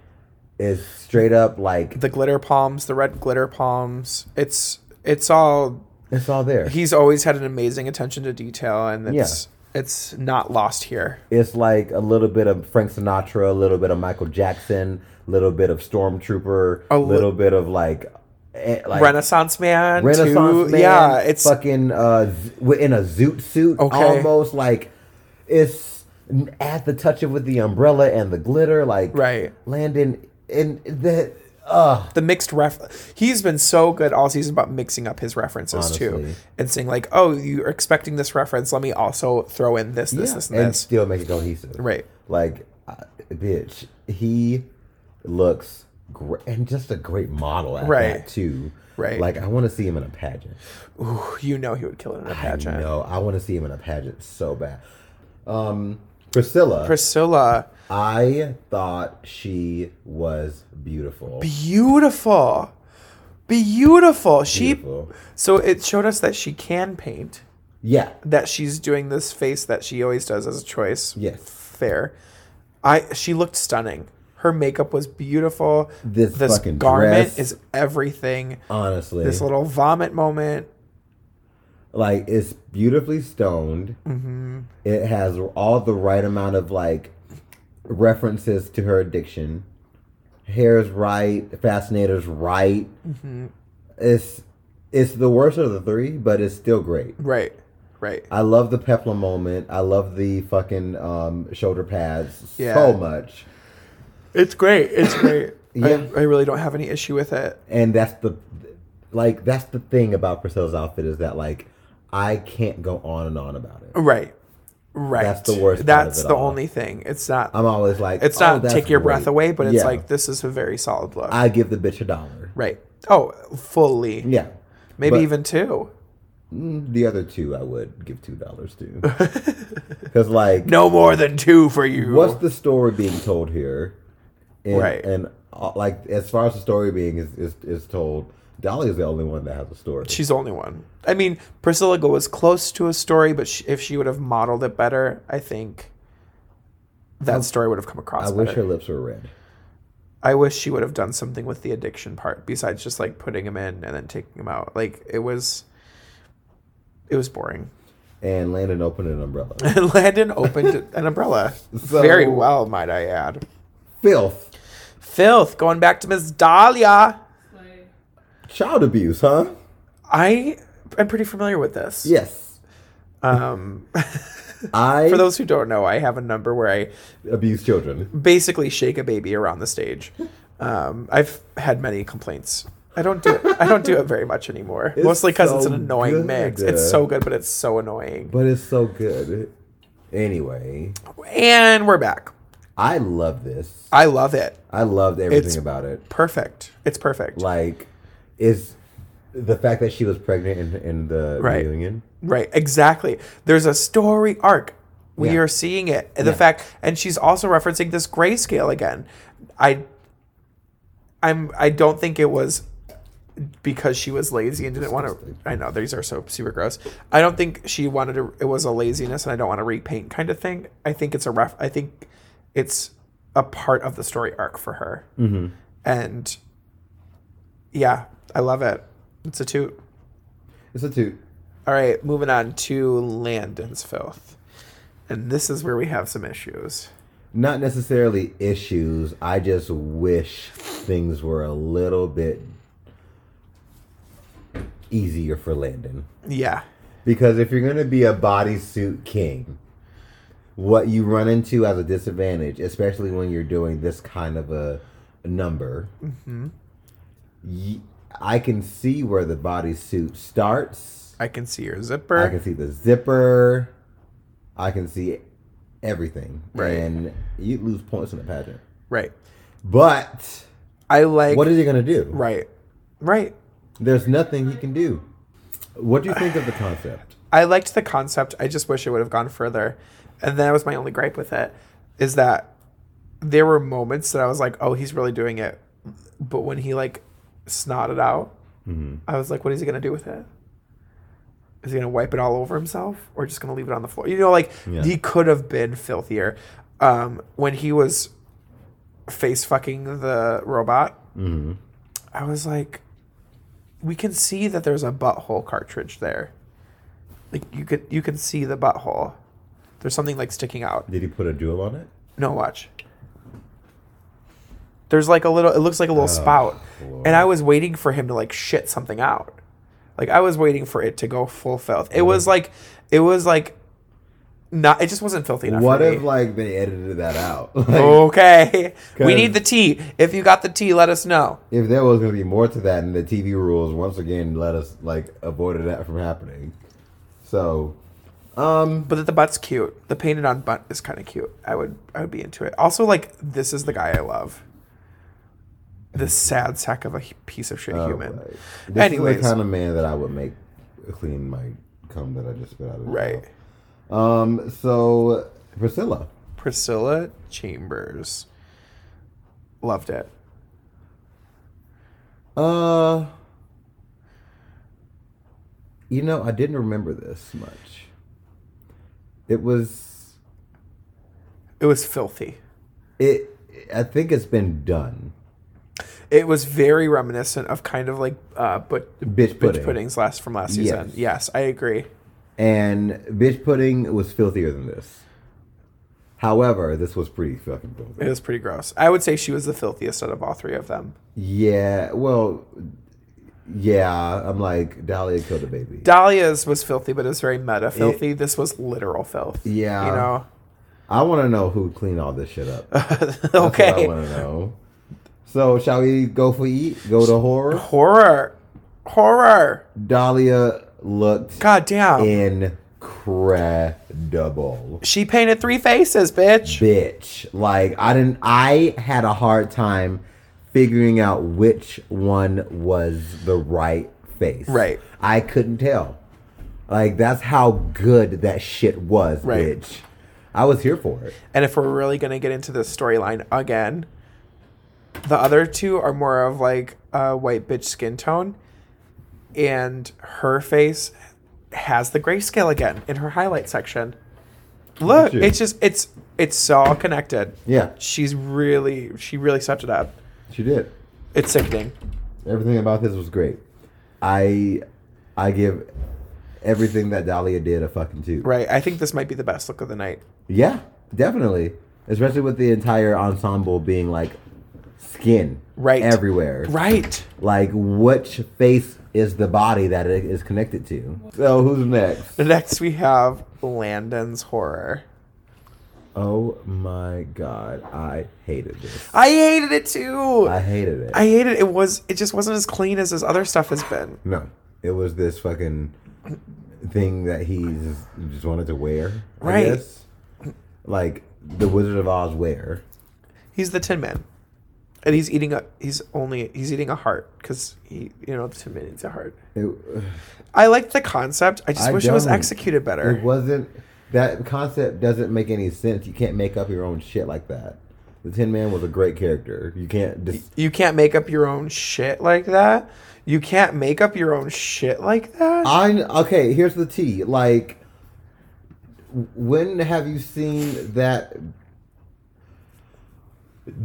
Speaker 3: It's straight up like
Speaker 2: the glitter palms, the red glitter palms. It's it's all
Speaker 3: it's all there.
Speaker 2: he's always had an amazing attention to detail and it's it's not lost here.
Speaker 3: it's like a little bit of Frank Sinatra, a little bit of Michael Jackson, a little bit of Stormtrooper, a
Speaker 2: A li-
Speaker 3: little bit of like, eh, like
Speaker 2: Renaissance man. too.
Speaker 3: Renaissance man,
Speaker 2: Yeah, it's
Speaker 3: fucking uh, z- wi- in a zoot suit,
Speaker 2: Okay.
Speaker 3: almost like it's n- at the touch of with the umbrella and the glitter, like
Speaker 2: Right.
Speaker 3: Landon and the uh
Speaker 2: the mixed ref. He's been so good all season about mixing up his references too
Speaker 3: Honestly.
Speaker 2: and saying like, oh, you're expecting this reference. Let me also throw in this, this, this, and
Speaker 3: and
Speaker 2: this.
Speaker 3: still make it cohesive,
Speaker 2: Right.
Speaker 3: Like, I- bitch, he looks great and just a great model at
Speaker 2: Right.
Speaker 3: that too.
Speaker 2: Right.
Speaker 3: Like, I want to see him in a pageant.
Speaker 2: You know he would kill it in a
Speaker 3: I
Speaker 2: pageant.
Speaker 3: know. I want to see him in a pageant so bad. Um, Priscilla,
Speaker 2: Priscilla,
Speaker 3: I thought she was beautiful.
Speaker 2: beautiful, beautiful. She
Speaker 3: Beautiful.
Speaker 2: so it showed us that she can paint.
Speaker 3: Yeah.
Speaker 2: that she's doing this face that she always does as a choice.
Speaker 3: Yes.
Speaker 2: Fair. I she looked stunning. Her makeup was beautiful.
Speaker 3: This fucking
Speaker 2: garment
Speaker 3: dress.
Speaker 2: is everything.
Speaker 3: Honestly,
Speaker 2: This little vomit moment.
Speaker 3: like it's beautifully stoned. It has all the right amount of like references to her addiction. Hair's right, fascinator's right. It's it's the worst of the three, but it's still great.
Speaker 2: Right. Right.
Speaker 3: I love the peplum moment. I love the fucking um, shoulder pads
Speaker 2: Yeah.
Speaker 3: so much,
Speaker 2: It's great. It's great. I,
Speaker 3: Yeah.
Speaker 2: I really don't have any issue with it.
Speaker 3: and that's the like that's the thing about Priscilla's outfit is that like I can't go on and on about it.
Speaker 2: Right. Right.
Speaker 3: That's the worst part of
Speaker 2: That's
Speaker 3: it
Speaker 2: the
Speaker 3: all.
Speaker 2: only thing. It's not.
Speaker 3: I'm always like,
Speaker 2: it's
Speaker 3: "Oh,
Speaker 2: not
Speaker 3: that's
Speaker 2: take your breath
Speaker 3: great."
Speaker 2: away, but it's
Speaker 3: Yeah.
Speaker 2: like this is a very solid look.
Speaker 3: I give the bitch a dollar.
Speaker 2: right. Oh, fully.
Speaker 3: Yeah.
Speaker 2: Maybe
Speaker 3: but-
Speaker 2: even two.
Speaker 3: Mm, The other two, I would give two dollars to, because like,
Speaker 2: No more than two for you.
Speaker 3: what's the story being told here? And,
Speaker 2: Right.
Speaker 3: And uh, like, as far as the story being is is, is told, Dolly is the only one that has a story.
Speaker 2: She's the only one. I mean, Priscilla was close to a story, but she, if she would have modeled it better, I think that story would have come across
Speaker 3: I
Speaker 2: I
Speaker 3: wish
Speaker 2: better.
Speaker 3: her lips were red.
Speaker 2: I wish she would have done something with the addiction part besides just like putting him in and then taking him out. Like it was, it was boring.
Speaker 3: And Landon opened an umbrella.
Speaker 2: And Landon opened an umbrella
Speaker 3: So-
Speaker 2: very well, might I add.
Speaker 3: Filth,
Speaker 2: Filth. Going back to Miss Dahlia.
Speaker 4: Slay.
Speaker 3: child abuse, huh?
Speaker 2: I am pretty familiar with this.
Speaker 3: Yes.
Speaker 2: Um,
Speaker 3: I
Speaker 2: for those who don't know, I have a number where I
Speaker 3: abuse children.
Speaker 2: basically shake a baby around the stage. Um, I've had many complaints. I don't do it. I don't do it very much anymore. Mostly 'cause Mostly because it's
Speaker 3: so
Speaker 2: an annoying mix.
Speaker 3: good.
Speaker 2: It's so good, but it's so annoying.
Speaker 3: But it's so good. Anyway,
Speaker 2: And we're back.
Speaker 3: I love this.
Speaker 2: I love it.
Speaker 3: I loved everything
Speaker 2: It's-
Speaker 3: about it.
Speaker 2: Perfect. It's perfect.
Speaker 3: Like, is the fact that she was pregnant in, in the
Speaker 2: Right.
Speaker 3: reunion?
Speaker 2: Right, exactly. There's a story arc. We
Speaker 3: Yeah.
Speaker 2: are seeing it. And The
Speaker 3: Yeah.
Speaker 2: fact, and she's also referencing this grayscale again. I, I'm, I don't think it was because she was lazy and didn't want to.
Speaker 3: Disgusting.
Speaker 2: I know these are so super gross. I don't think she wanted to. It was a laziness, and I don't want to repaint kind of thing. I think it's a ref. I think it's a part of the story arc for her. Mm-hmm. And yeah, I love it. It's a toot.
Speaker 3: It's a toot.
Speaker 2: All right, moving on to Landon's filth. And this is where we have some issues.
Speaker 3: Not necessarily issues. I just wish things were a little bit easier for Landon.
Speaker 2: Yeah.
Speaker 3: Because if you're going to be a bodysuit king, what you run into as a disadvantage, especially when you're doing this kind of a number,
Speaker 2: Mm-hmm.
Speaker 3: y- I can see where the bodysuit starts.
Speaker 2: I can see your
Speaker 3: I
Speaker 2: zipper.
Speaker 3: can see the zipper. I can see everything.
Speaker 2: Right.
Speaker 3: And you lose points in the pageant.
Speaker 2: Right.
Speaker 3: But
Speaker 2: I like
Speaker 3: what is he going to do?
Speaker 2: Right. Right.
Speaker 3: There's nothing he can do. What do you think of the concept?
Speaker 2: I liked the concept. I just wish it would have gone further. And that was my only gripe with it is that there were moments that I was like, "Oh, he's really doing it." But when he like snotted out,
Speaker 3: Mm-hmm.
Speaker 2: I was like, "What is he going to do with it?" Is he going to wipe it all over himself or just going to leave it on the floor? You know, like
Speaker 3: Yeah.
Speaker 2: he could have been filthier. Um, when he was face fucking the robot,
Speaker 3: Mm-hmm.
Speaker 2: I was like, we can see that there's a butthole cartridge there. Like you could you can see the butthole. There's something like sticking out.
Speaker 3: Did he put a jewel on it?
Speaker 2: No, watch. There's like a little. It looks like a little spout,
Speaker 3: Oh, Lord.
Speaker 2: and I was waiting for him to like shit something out. Like I was waiting for it to go full filth. It
Speaker 3: Oh.
Speaker 2: was like, it was like, not. It just wasn't filthy enough.
Speaker 3: What
Speaker 2: for
Speaker 3: if
Speaker 2: me.
Speaker 3: like they edited that out? Like,
Speaker 2: Oh. okay, we
Speaker 3: 'Cause-
Speaker 2: need the tea. If you got the tea, let us know.
Speaker 3: If there was gonna be more to that, and the TV rules once again let us like avoided that from happening. So, um,
Speaker 2: But that the butt's cute. The painted on butt is kind of cute. I would I would be into it. Also, like this is the guy I love. This sad sack of a h- piece of shit human.
Speaker 3: alright. Oh, This
Speaker 2: Anyways,
Speaker 3: is the kind of man that I would make clean my cum that I just spit out of. his
Speaker 2: right?
Speaker 3: mouth. Um. So Priscilla,
Speaker 2: Priscilla Chambers loved it.
Speaker 3: uh, you know I didn't remember this much. It was
Speaker 2: It was filthy.
Speaker 3: it. I think it's been done.
Speaker 2: It was very reminiscent of kind of like uh, but
Speaker 3: Bitch pudding.
Speaker 2: puddings last from last season.
Speaker 3: Yes.
Speaker 2: Yes, I agree.
Speaker 3: And bitch pudding was filthier than this. However, this was pretty fucking filthy.
Speaker 2: It was pretty gross. I would say she was the filthiest out of all three of them.
Speaker 3: Yeah, well, yeah. I'm like Dahlia killed a baby.
Speaker 2: Dahlia's was filthy, but it was very meta filthy. this was literal filth.
Speaker 3: Yeah.
Speaker 2: you know.
Speaker 3: I want to know who cleaned all this shit up. That's what I
Speaker 2: okay.
Speaker 3: want to know. So, shall we go for eat? Go to horror.
Speaker 2: Horror. Horror.
Speaker 3: Dahlia looked
Speaker 2: God damn.
Speaker 3: incredible.
Speaker 2: She painted three faces, bitch.
Speaker 3: bitch. Like I didn't I had a hard time figuring out which one was the right face.
Speaker 2: Right.
Speaker 3: I couldn't tell. Like that's how good that shit was,
Speaker 2: Right.
Speaker 3: bitch. I was here for it.
Speaker 2: And if we're really gonna get into this storyline again, the other two are more of like a white bitch skin tone, and her face has the grayscale again in her highlight section. Look,
Speaker 3: at you.
Speaker 2: it's just it's it's so all connected.
Speaker 3: Yeah,
Speaker 2: She's really she really stepped it up.
Speaker 3: she did.
Speaker 2: It's sickening.
Speaker 3: Everything about this was great. I I give everything that Dahlia did a fucking two.
Speaker 2: Right. I think this might be the best look of the night.
Speaker 3: Yeah, definitely. Especially with the entire ensemble being like skin
Speaker 2: Right.
Speaker 3: everywhere.
Speaker 2: Right.
Speaker 3: like which face is the body that it is connected to. So who's next?
Speaker 2: Next we have Landon's horror.
Speaker 3: Oh my god, I hated this.
Speaker 2: I hated it too.
Speaker 3: I hated it.
Speaker 2: I hated it. It was it just wasn't as clean as his other stuff has been.
Speaker 3: no, it was this fucking thing that he just, just wanted to wear. I
Speaker 2: Right.
Speaker 3: guess. Like the Wizard of Oz wear.
Speaker 2: He's the Tin Man, and he's eating a he's only he's eating a heart because he you know the Tin Man eats a heart.
Speaker 3: It,
Speaker 2: I liked the concept. I just
Speaker 3: I
Speaker 2: wish it was
Speaker 3: don't.
Speaker 2: executed better.
Speaker 3: it wasn't. That concept doesn't make any sense. You can't make up your own shit like that. The Tin Man was a great character. You can't just
Speaker 2: you can't make up your own shit like that. You can't make up your own shit like that.
Speaker 3: I okay. Here's the tea. Like, when have you seen that?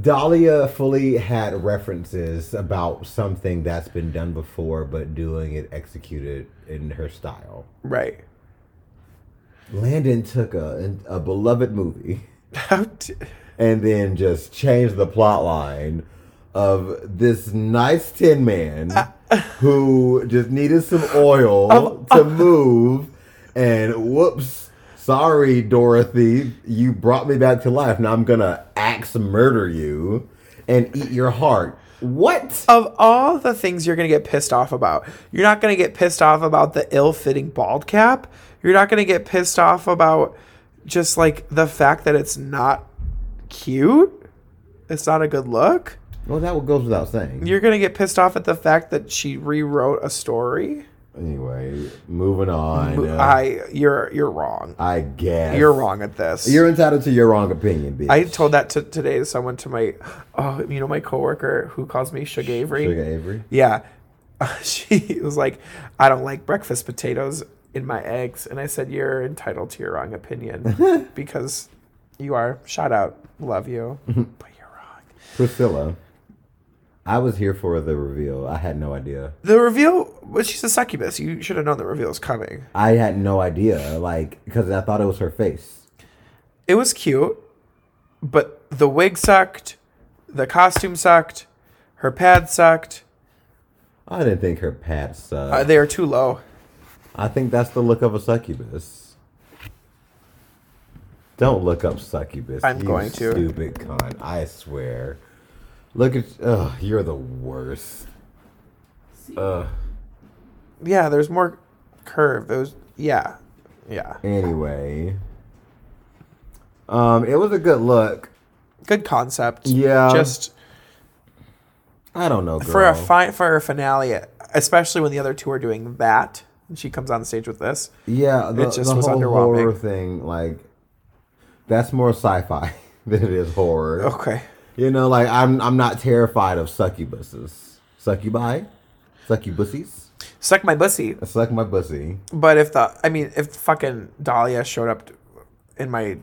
Speaker 3: Dahlia fully had references about something that's been done before, but doing it executed in her style.
Speaker 2: right.
Speaker 3: Landon took a a beloved movie
Speaker 2: How d-
Speaker 3: and then just changed the plot line of this nice tin man
Speaker 2: Uh,
Speaker 3: who just needed some oil to move and whoops sorry dorothy you brought me back to life now i'm gonna axe murder you and eat your heart what
Speaker 2: of all the things you're going to get pissed off about, you're not going to get pissed off about the ill fitting bald cap. You're not going to get pissed off about just like the fact that it's not cute. It's not a good look.
Speaker 3: well that goes without saying
Speaker 2: You're going to get pissed off at the fact that she rewrote a story.
Speaker 3: anyway moving on
Speaker 2: I you're you're wrong.
Speaker 3: I guess
Speaker 2: You're wrong at this.
Speaker 3: you're entitled to your wrong opinion bitch.
Speaker 2: I told that to today to someone to my oh, you know my coworker who calls me Shug Avery.
Speaker 3: Sugar Avery.
Speaker 2: Yeah. She was like, I don't like breakfast potatoes in my eggs. And I said, You're entitled to your wrong opinion because you are. Shout out. Love you. but you're wrong.
Speaker 3: Priscilla, I was here for the reveal. I had no idea.
Speaker 2: The reveal, well, she's a succubus. You should have known the reveal was coming.
Speaker 3: I had no idea, like, because I thought it was her face.
Speaker 2: It was cute, but the wig sucked. The costume sucked. Her pad sucked.
Speaker 3: I didn't think her pad sucked.
Speaker 2: Uh, they are too low.
Speaker 3: I think that's the look of a succubus. Don't look up succubus.
Speaker 2: I'm
Speaker 3: you
Speaker 2: going to.
Speaker 3: Stupid con. I swear. Look at. Ugh, you're the worst. Ugh.
Speaker 2: Yeah, there's more curve. Those, yeah. Yeah.
Speaker 3: Anyway. Um, it was a good look.
Speaker 2: Good concept.
Speaker 3: Yeah.
Speaker 2: Just.
Speaker 3: I don't know, girl.
Speaker 2: for a fi- for a finale, especially when the other two are doing that, and she comes on stage with this.
Speaker 3: Yeah, the,
Speaker 2: just
Speaker 3: the
Speaker 2: was
Speaker 3: whole
Speaker 2: underwhelming.
Speaker 3: horror thing, like that's more sci-fi than it is horror.
Speaker 2: Okay,
Speaker 3: You know, like I'm I'm not terrified of succubuses. Succubi? Succubussies?
Speaker 2: suck my bussy.
Speaker 3: I suck my bussy.
Speaker 2: But if the I mean, if fucking Dahlia showed up in my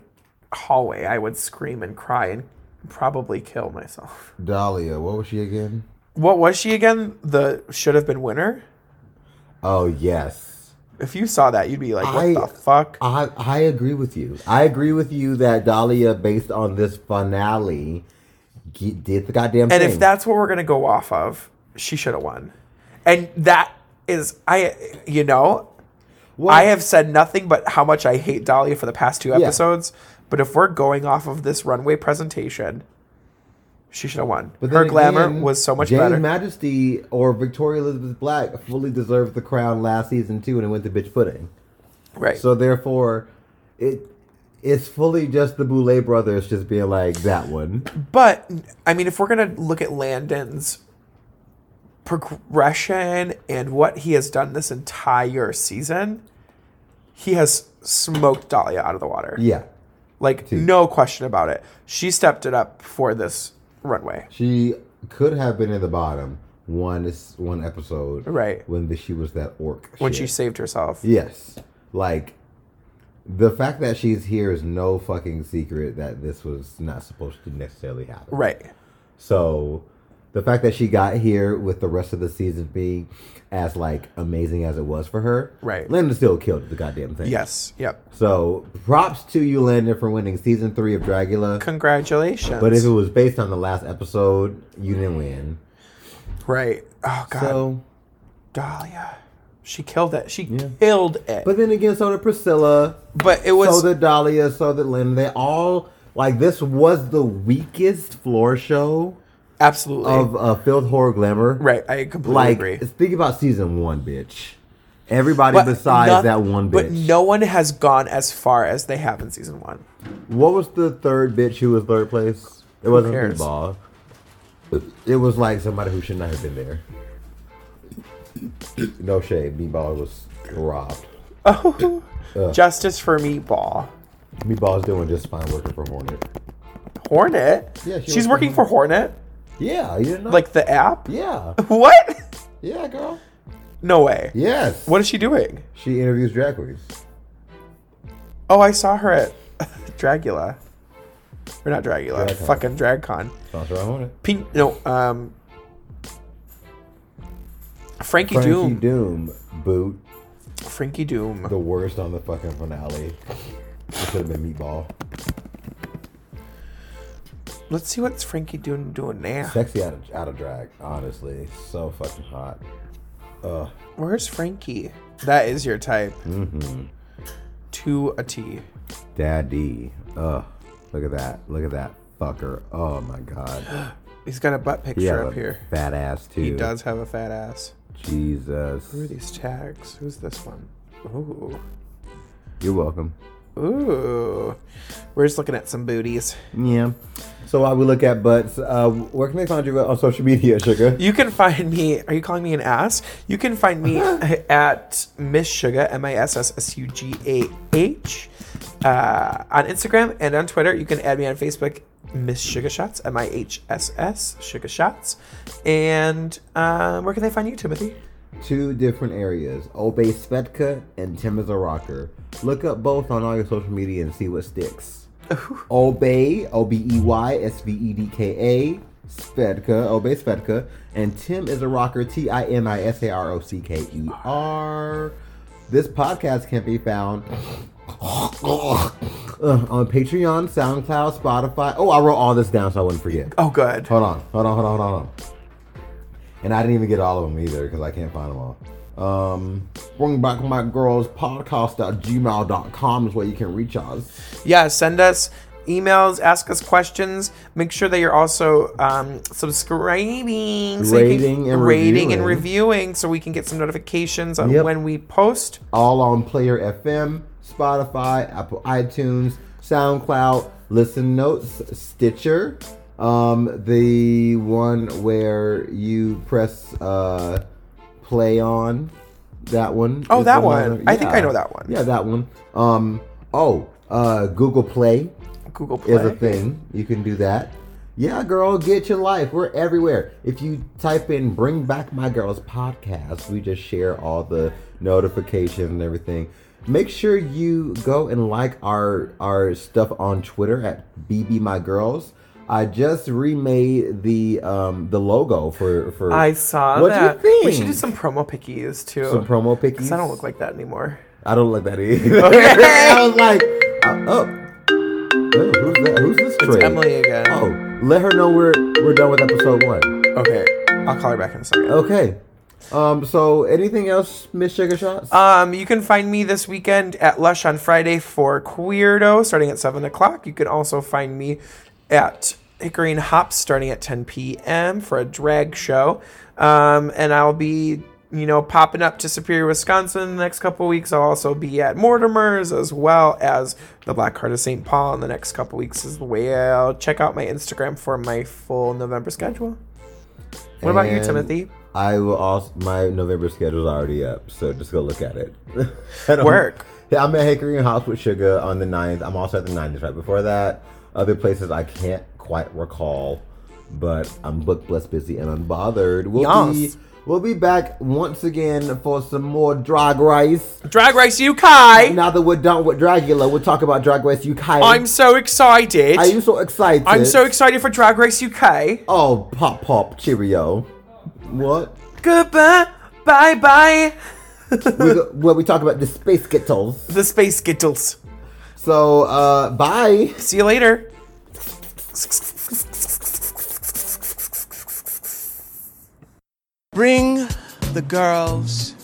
Speaker 2: hallway, I would scream and cry and probably kill myself.
Speaker 3: Dahlia, what was she again?
Speaker 2: What was she again? The should have been winner.
Speaker 3: Oh yes.
Speaker 2: If you saw that, you'd be like, "What
Speaker 3: I-
Speaker 2: the fuck?"
Speaker 3: I I agree with you. I agree with you that Dahlia, based on this finale, ge- did the goddamn
Speaker 2: and
Speaker 3: thing.
Speaker 2: if that's what we're gonna go off of, she should have won. And that is, I you know,
Speaker 3: Well-
Speaker 2: I have said nothing but how much I hate Dahlia for the past two episodes. But if we're going off of this runway presentation, She should have won.
Speaker 3: But
Speaker 2: Her
Speaker 3: then
Speaker 2: glamour
Speaker 3: again,
Speaker 2: was so much
Speaker 3: Jane
Speaker 2: better.
Speaker 3: Majesty or Victoria Elizabeth Black fully deserved the crown last season too, and it went to bitch footing.
Speaker 2: right.
Speaker 3: So therefore, it it's fully just the Boulet brothers just being like that one.
Speaker 2: But I mean, if we're gonna look at Landon's progression and what he has done this entire season, he has smoked Dahlia out of the water.
Speaker 3: Yeah,
Speaker 2: Like no question about it. She stepped it up for this runway.
Speaker 3: she could have been in the bottom one is one episode,
Speaker 2: Right.
Speaker 3: When the, she was that orc.
Speaker 2: When she
Speaker 3: shit.
Speaker 2: saved herself.
Speaker 3: yes, like the fact that she's here is no fucking secret that this was not supposed to necessarily happen.
Speaker 2: Right.
Speaker 3: So the fact that she got here with the rest of the season being as like amazing as it was for her,
Speaker 2: Right.
Speaker 3: Linda still killed the goddamn thing.
Speaker 2: Yes. Yep.
Speaker 3: So props to you, Linda, for winning season three of Dragula.
Speaker 2: Congratulations.
Speaker 3: But if it was based on the last episode, you didn't win.
Speaker 2: right. Oh God,
Speaker 3: So,
Speaker 2: Dahlia. She killed it. She killed it.
Speaker 3: but
Speaker 2: But,
Speaker 3: then again, so did Priscilla,
Speaker 2: it was
Speaker 3: so did Dahlia, so did Linda. They all like this was the weakest floor show
Speaker 2: absolutely
Speaker 3: of uh, filled horror glamour.
Speaker 2: right. I completely
Speaker 3: like
Speaker 2: agree.
Speaker 3: speak about season one, bitch. Everybody besides
Speaker 2: noth-
Speaker 3: that one bitch.
Speaker 2: But no one has gone as far as they have in season one.
Speaker 3: What was the third bitch who was third place? It wasn't
Speaker 2: cares?
Speaker 3: football. It was like somebody who should not have been there. No shade, Meatball was robbed. Uh.
Speaker 2: Oh, justice for Meatball.
Speaker 3: Meatball's doing just fine working for Hornet.
Speaker 2: Hornet.
Speaker 3: Yeah, she
Speaker 2: she's
Speaker 3: was
Speaker 2: working for
Speaker 3: from-
Speaker 2: Hornet,
Speaker 3: Yeah, you didn't know.
Speaker 2: like the app.
Speaker 3: yeah,
Speaker 2: What?
Speaker 3: yeah, girl.
Speaker 2: No way.
Speaker 3: Yes.
Speaker 2: What is she doing?
Speaker 3: She interviews drag queens.
Speaker 2: Oh, I saw her at Dragula, or not Dragula,
Speaker 3: Drag Con.
Speaker 2: fucking DragCon.
Speaker 3: Sponsor by Hornet.
Speaker 2: Pin- no, um, Frankie,
Speaker 3: Frankie
Speaker 2: Doom.
Speaker 3: Doom boot
Speaker 2: Frankie Doom.
Speaker 3: the worst on the fucking finale. It should have been Meatball.
Speaker 2: Let's see what's Frankie Doom doing now.
Speaker 3: Sexy out of, out of drag, honestly. So fucking hot. Ugh.
Speaker 2: Where's Frankie? That is your type. To a T.
Speaker 3: Daddy. Ugh. Look at that. Look at that fucker. Oh my god.
Speaker 2: He's got a butt picture
Speaker 3: Yeah.
Speaker 2: up here.
Speaker 3: Fat ass too.
Speaker 2: He does have a fat ass.
Speaker 3: Jesus.
Speaker 2: Who are these tags? Who's this one? Ooh.
Speaker 3: You're welcome.
Speaker 2: Ooh. We're just looking at some booties.
Speaker 3: Yeah. So while we look at butts, uh, where can they find you on social media, sugar?
Speaker 2: You can find me. Are you calling me an ass? You can find me at Miss Sugar, M I S S S U G A H, uh, on Instagram and on Twitter. You can add me on Facebook, Miss Sugar Shots, M I H S S, Sugar Shots. And um, where can they find you, Timothy?
Speaker 3: Two different areas, Obey Svetka and Tim is a Rocker. Look up both on all your social media and see what sticks. Obey, O B E Y S V E D K A, Svedka, Obey Svedka, and Tim is a rocker, T I M I S A R O C K E R. This podcast can be found uh, on Patreon, SoundCloud, Spotify. Oh, I wrote all this down so I wouldn't forget.
Speaker 2: Oh, good.
Speaker 3: Hold on, hold on, hold on, hold on. hold on. And I didn't even get all of them either because I can't find them all. Um, bring back my girls podcast at gmail.com is where you can reach us.
Speaker 2: yeah, send us emails, ask us questions. Make sure that you're also um, subscribing, so you can-
Speaker 3: Rating and
Speaker 2: rating and
Speaker 3: reviewing.
Speaker 2: reviewing, so we can get some notifications on
Speaker 3: Yep.
Speaker 2: when we post.
Speaker 3: All on Player FM, Spotify, Apple iTunes, SoundCloud, Listen Notes, Stitcher. Um, the one where you press uh, play on that one.
Speaker 2: Oh,
Speaker 3: is
Speaker 2: that
Speaker 3: the
Speaker 2: one. I think I know that one.
Speaker 3: Yeah, that one. Um, oh, uh, Google Play.
Speaker 2: Google Play.
Speaker 3: is a thing. You can do that. Yeah, girl, get your life. We're everywhere. If you type in "Bring Back My Girls" podcast, we just share all the notifications and everything. Make sure you go and like our our stuff on Twitter at BB My Girls. I just remade the um the logo for for.
Speaker 2: I saw
Speaker 3: What do you
Speaker 2: that. We should do
Speaker 3: think?
Speaker 2: some promo pickies too.
Speaker 3: some promo pickies.
Speaker 2: Because I don't look like that anymore.
Speaker 3: I don't like that either. I was like, uh, oh, Ooh, who's that? Who's this?
Speaker 2: It's
Speaker 3: tray?
Speaker 2: Emily again.
Speaker 3: Oh, let her know we're we're done with episode one.
Speaker 2: Okay. I'll call her back in a second.
Speaker 3: Okay. Um. So, anything else, Miss Sugar Shots?
Speaker 2: Um, you can find me this weekend at Lush on Friday for Queerdo starting at 7 o'clock. You can also find me at Hickory and Hops starting at 10 p.m. for a drag show. Um, and I'll be, you know, popping up to Superior, Wisconsin in the next couple weeks. I'll also be at Mortimer's as well as the Black Heart of St. Paul in the next couple weeks as well. Check out my Instagram for my full November schedule. What about you,
Speaker 3: And
Speaker 2: Timothy?
Speaker 3: I will also. My November schedule's already up, so just go look at it. I don't-
Speaker 2: Work.
Speaker 3: Yeah, I'm at Hickory and Hops with Sugar on the 9th. I'm also at the 90s right before that. Other places I can't quite recall, but I'm booked, blessed, busy, and unbothered. We'll
Speaker 2: Yes.
Speaker 3: be we'll be back once again for some more drag race.
Speaker 2: Drag Race UK!
Speaker 3: Now that we're done with Dragula, we'll talk about Drag Race UK.
Speaker 2: I'm so excited.
Speaker 3: Are you so excited?
Speaker 2: I'm so excited for Drag Race UK.
Speaker 3: Oh, pop, pop, cheerio. What?
Speaker 2: Goodbye. Bye bye.
Speaker 3: we go, where we talk about the space skittles.
Speaker 2: The Space Skittles.
Speaker 3: So, uh, bye.
Speaker 2: See you later.
Speaker 1: Bring the girls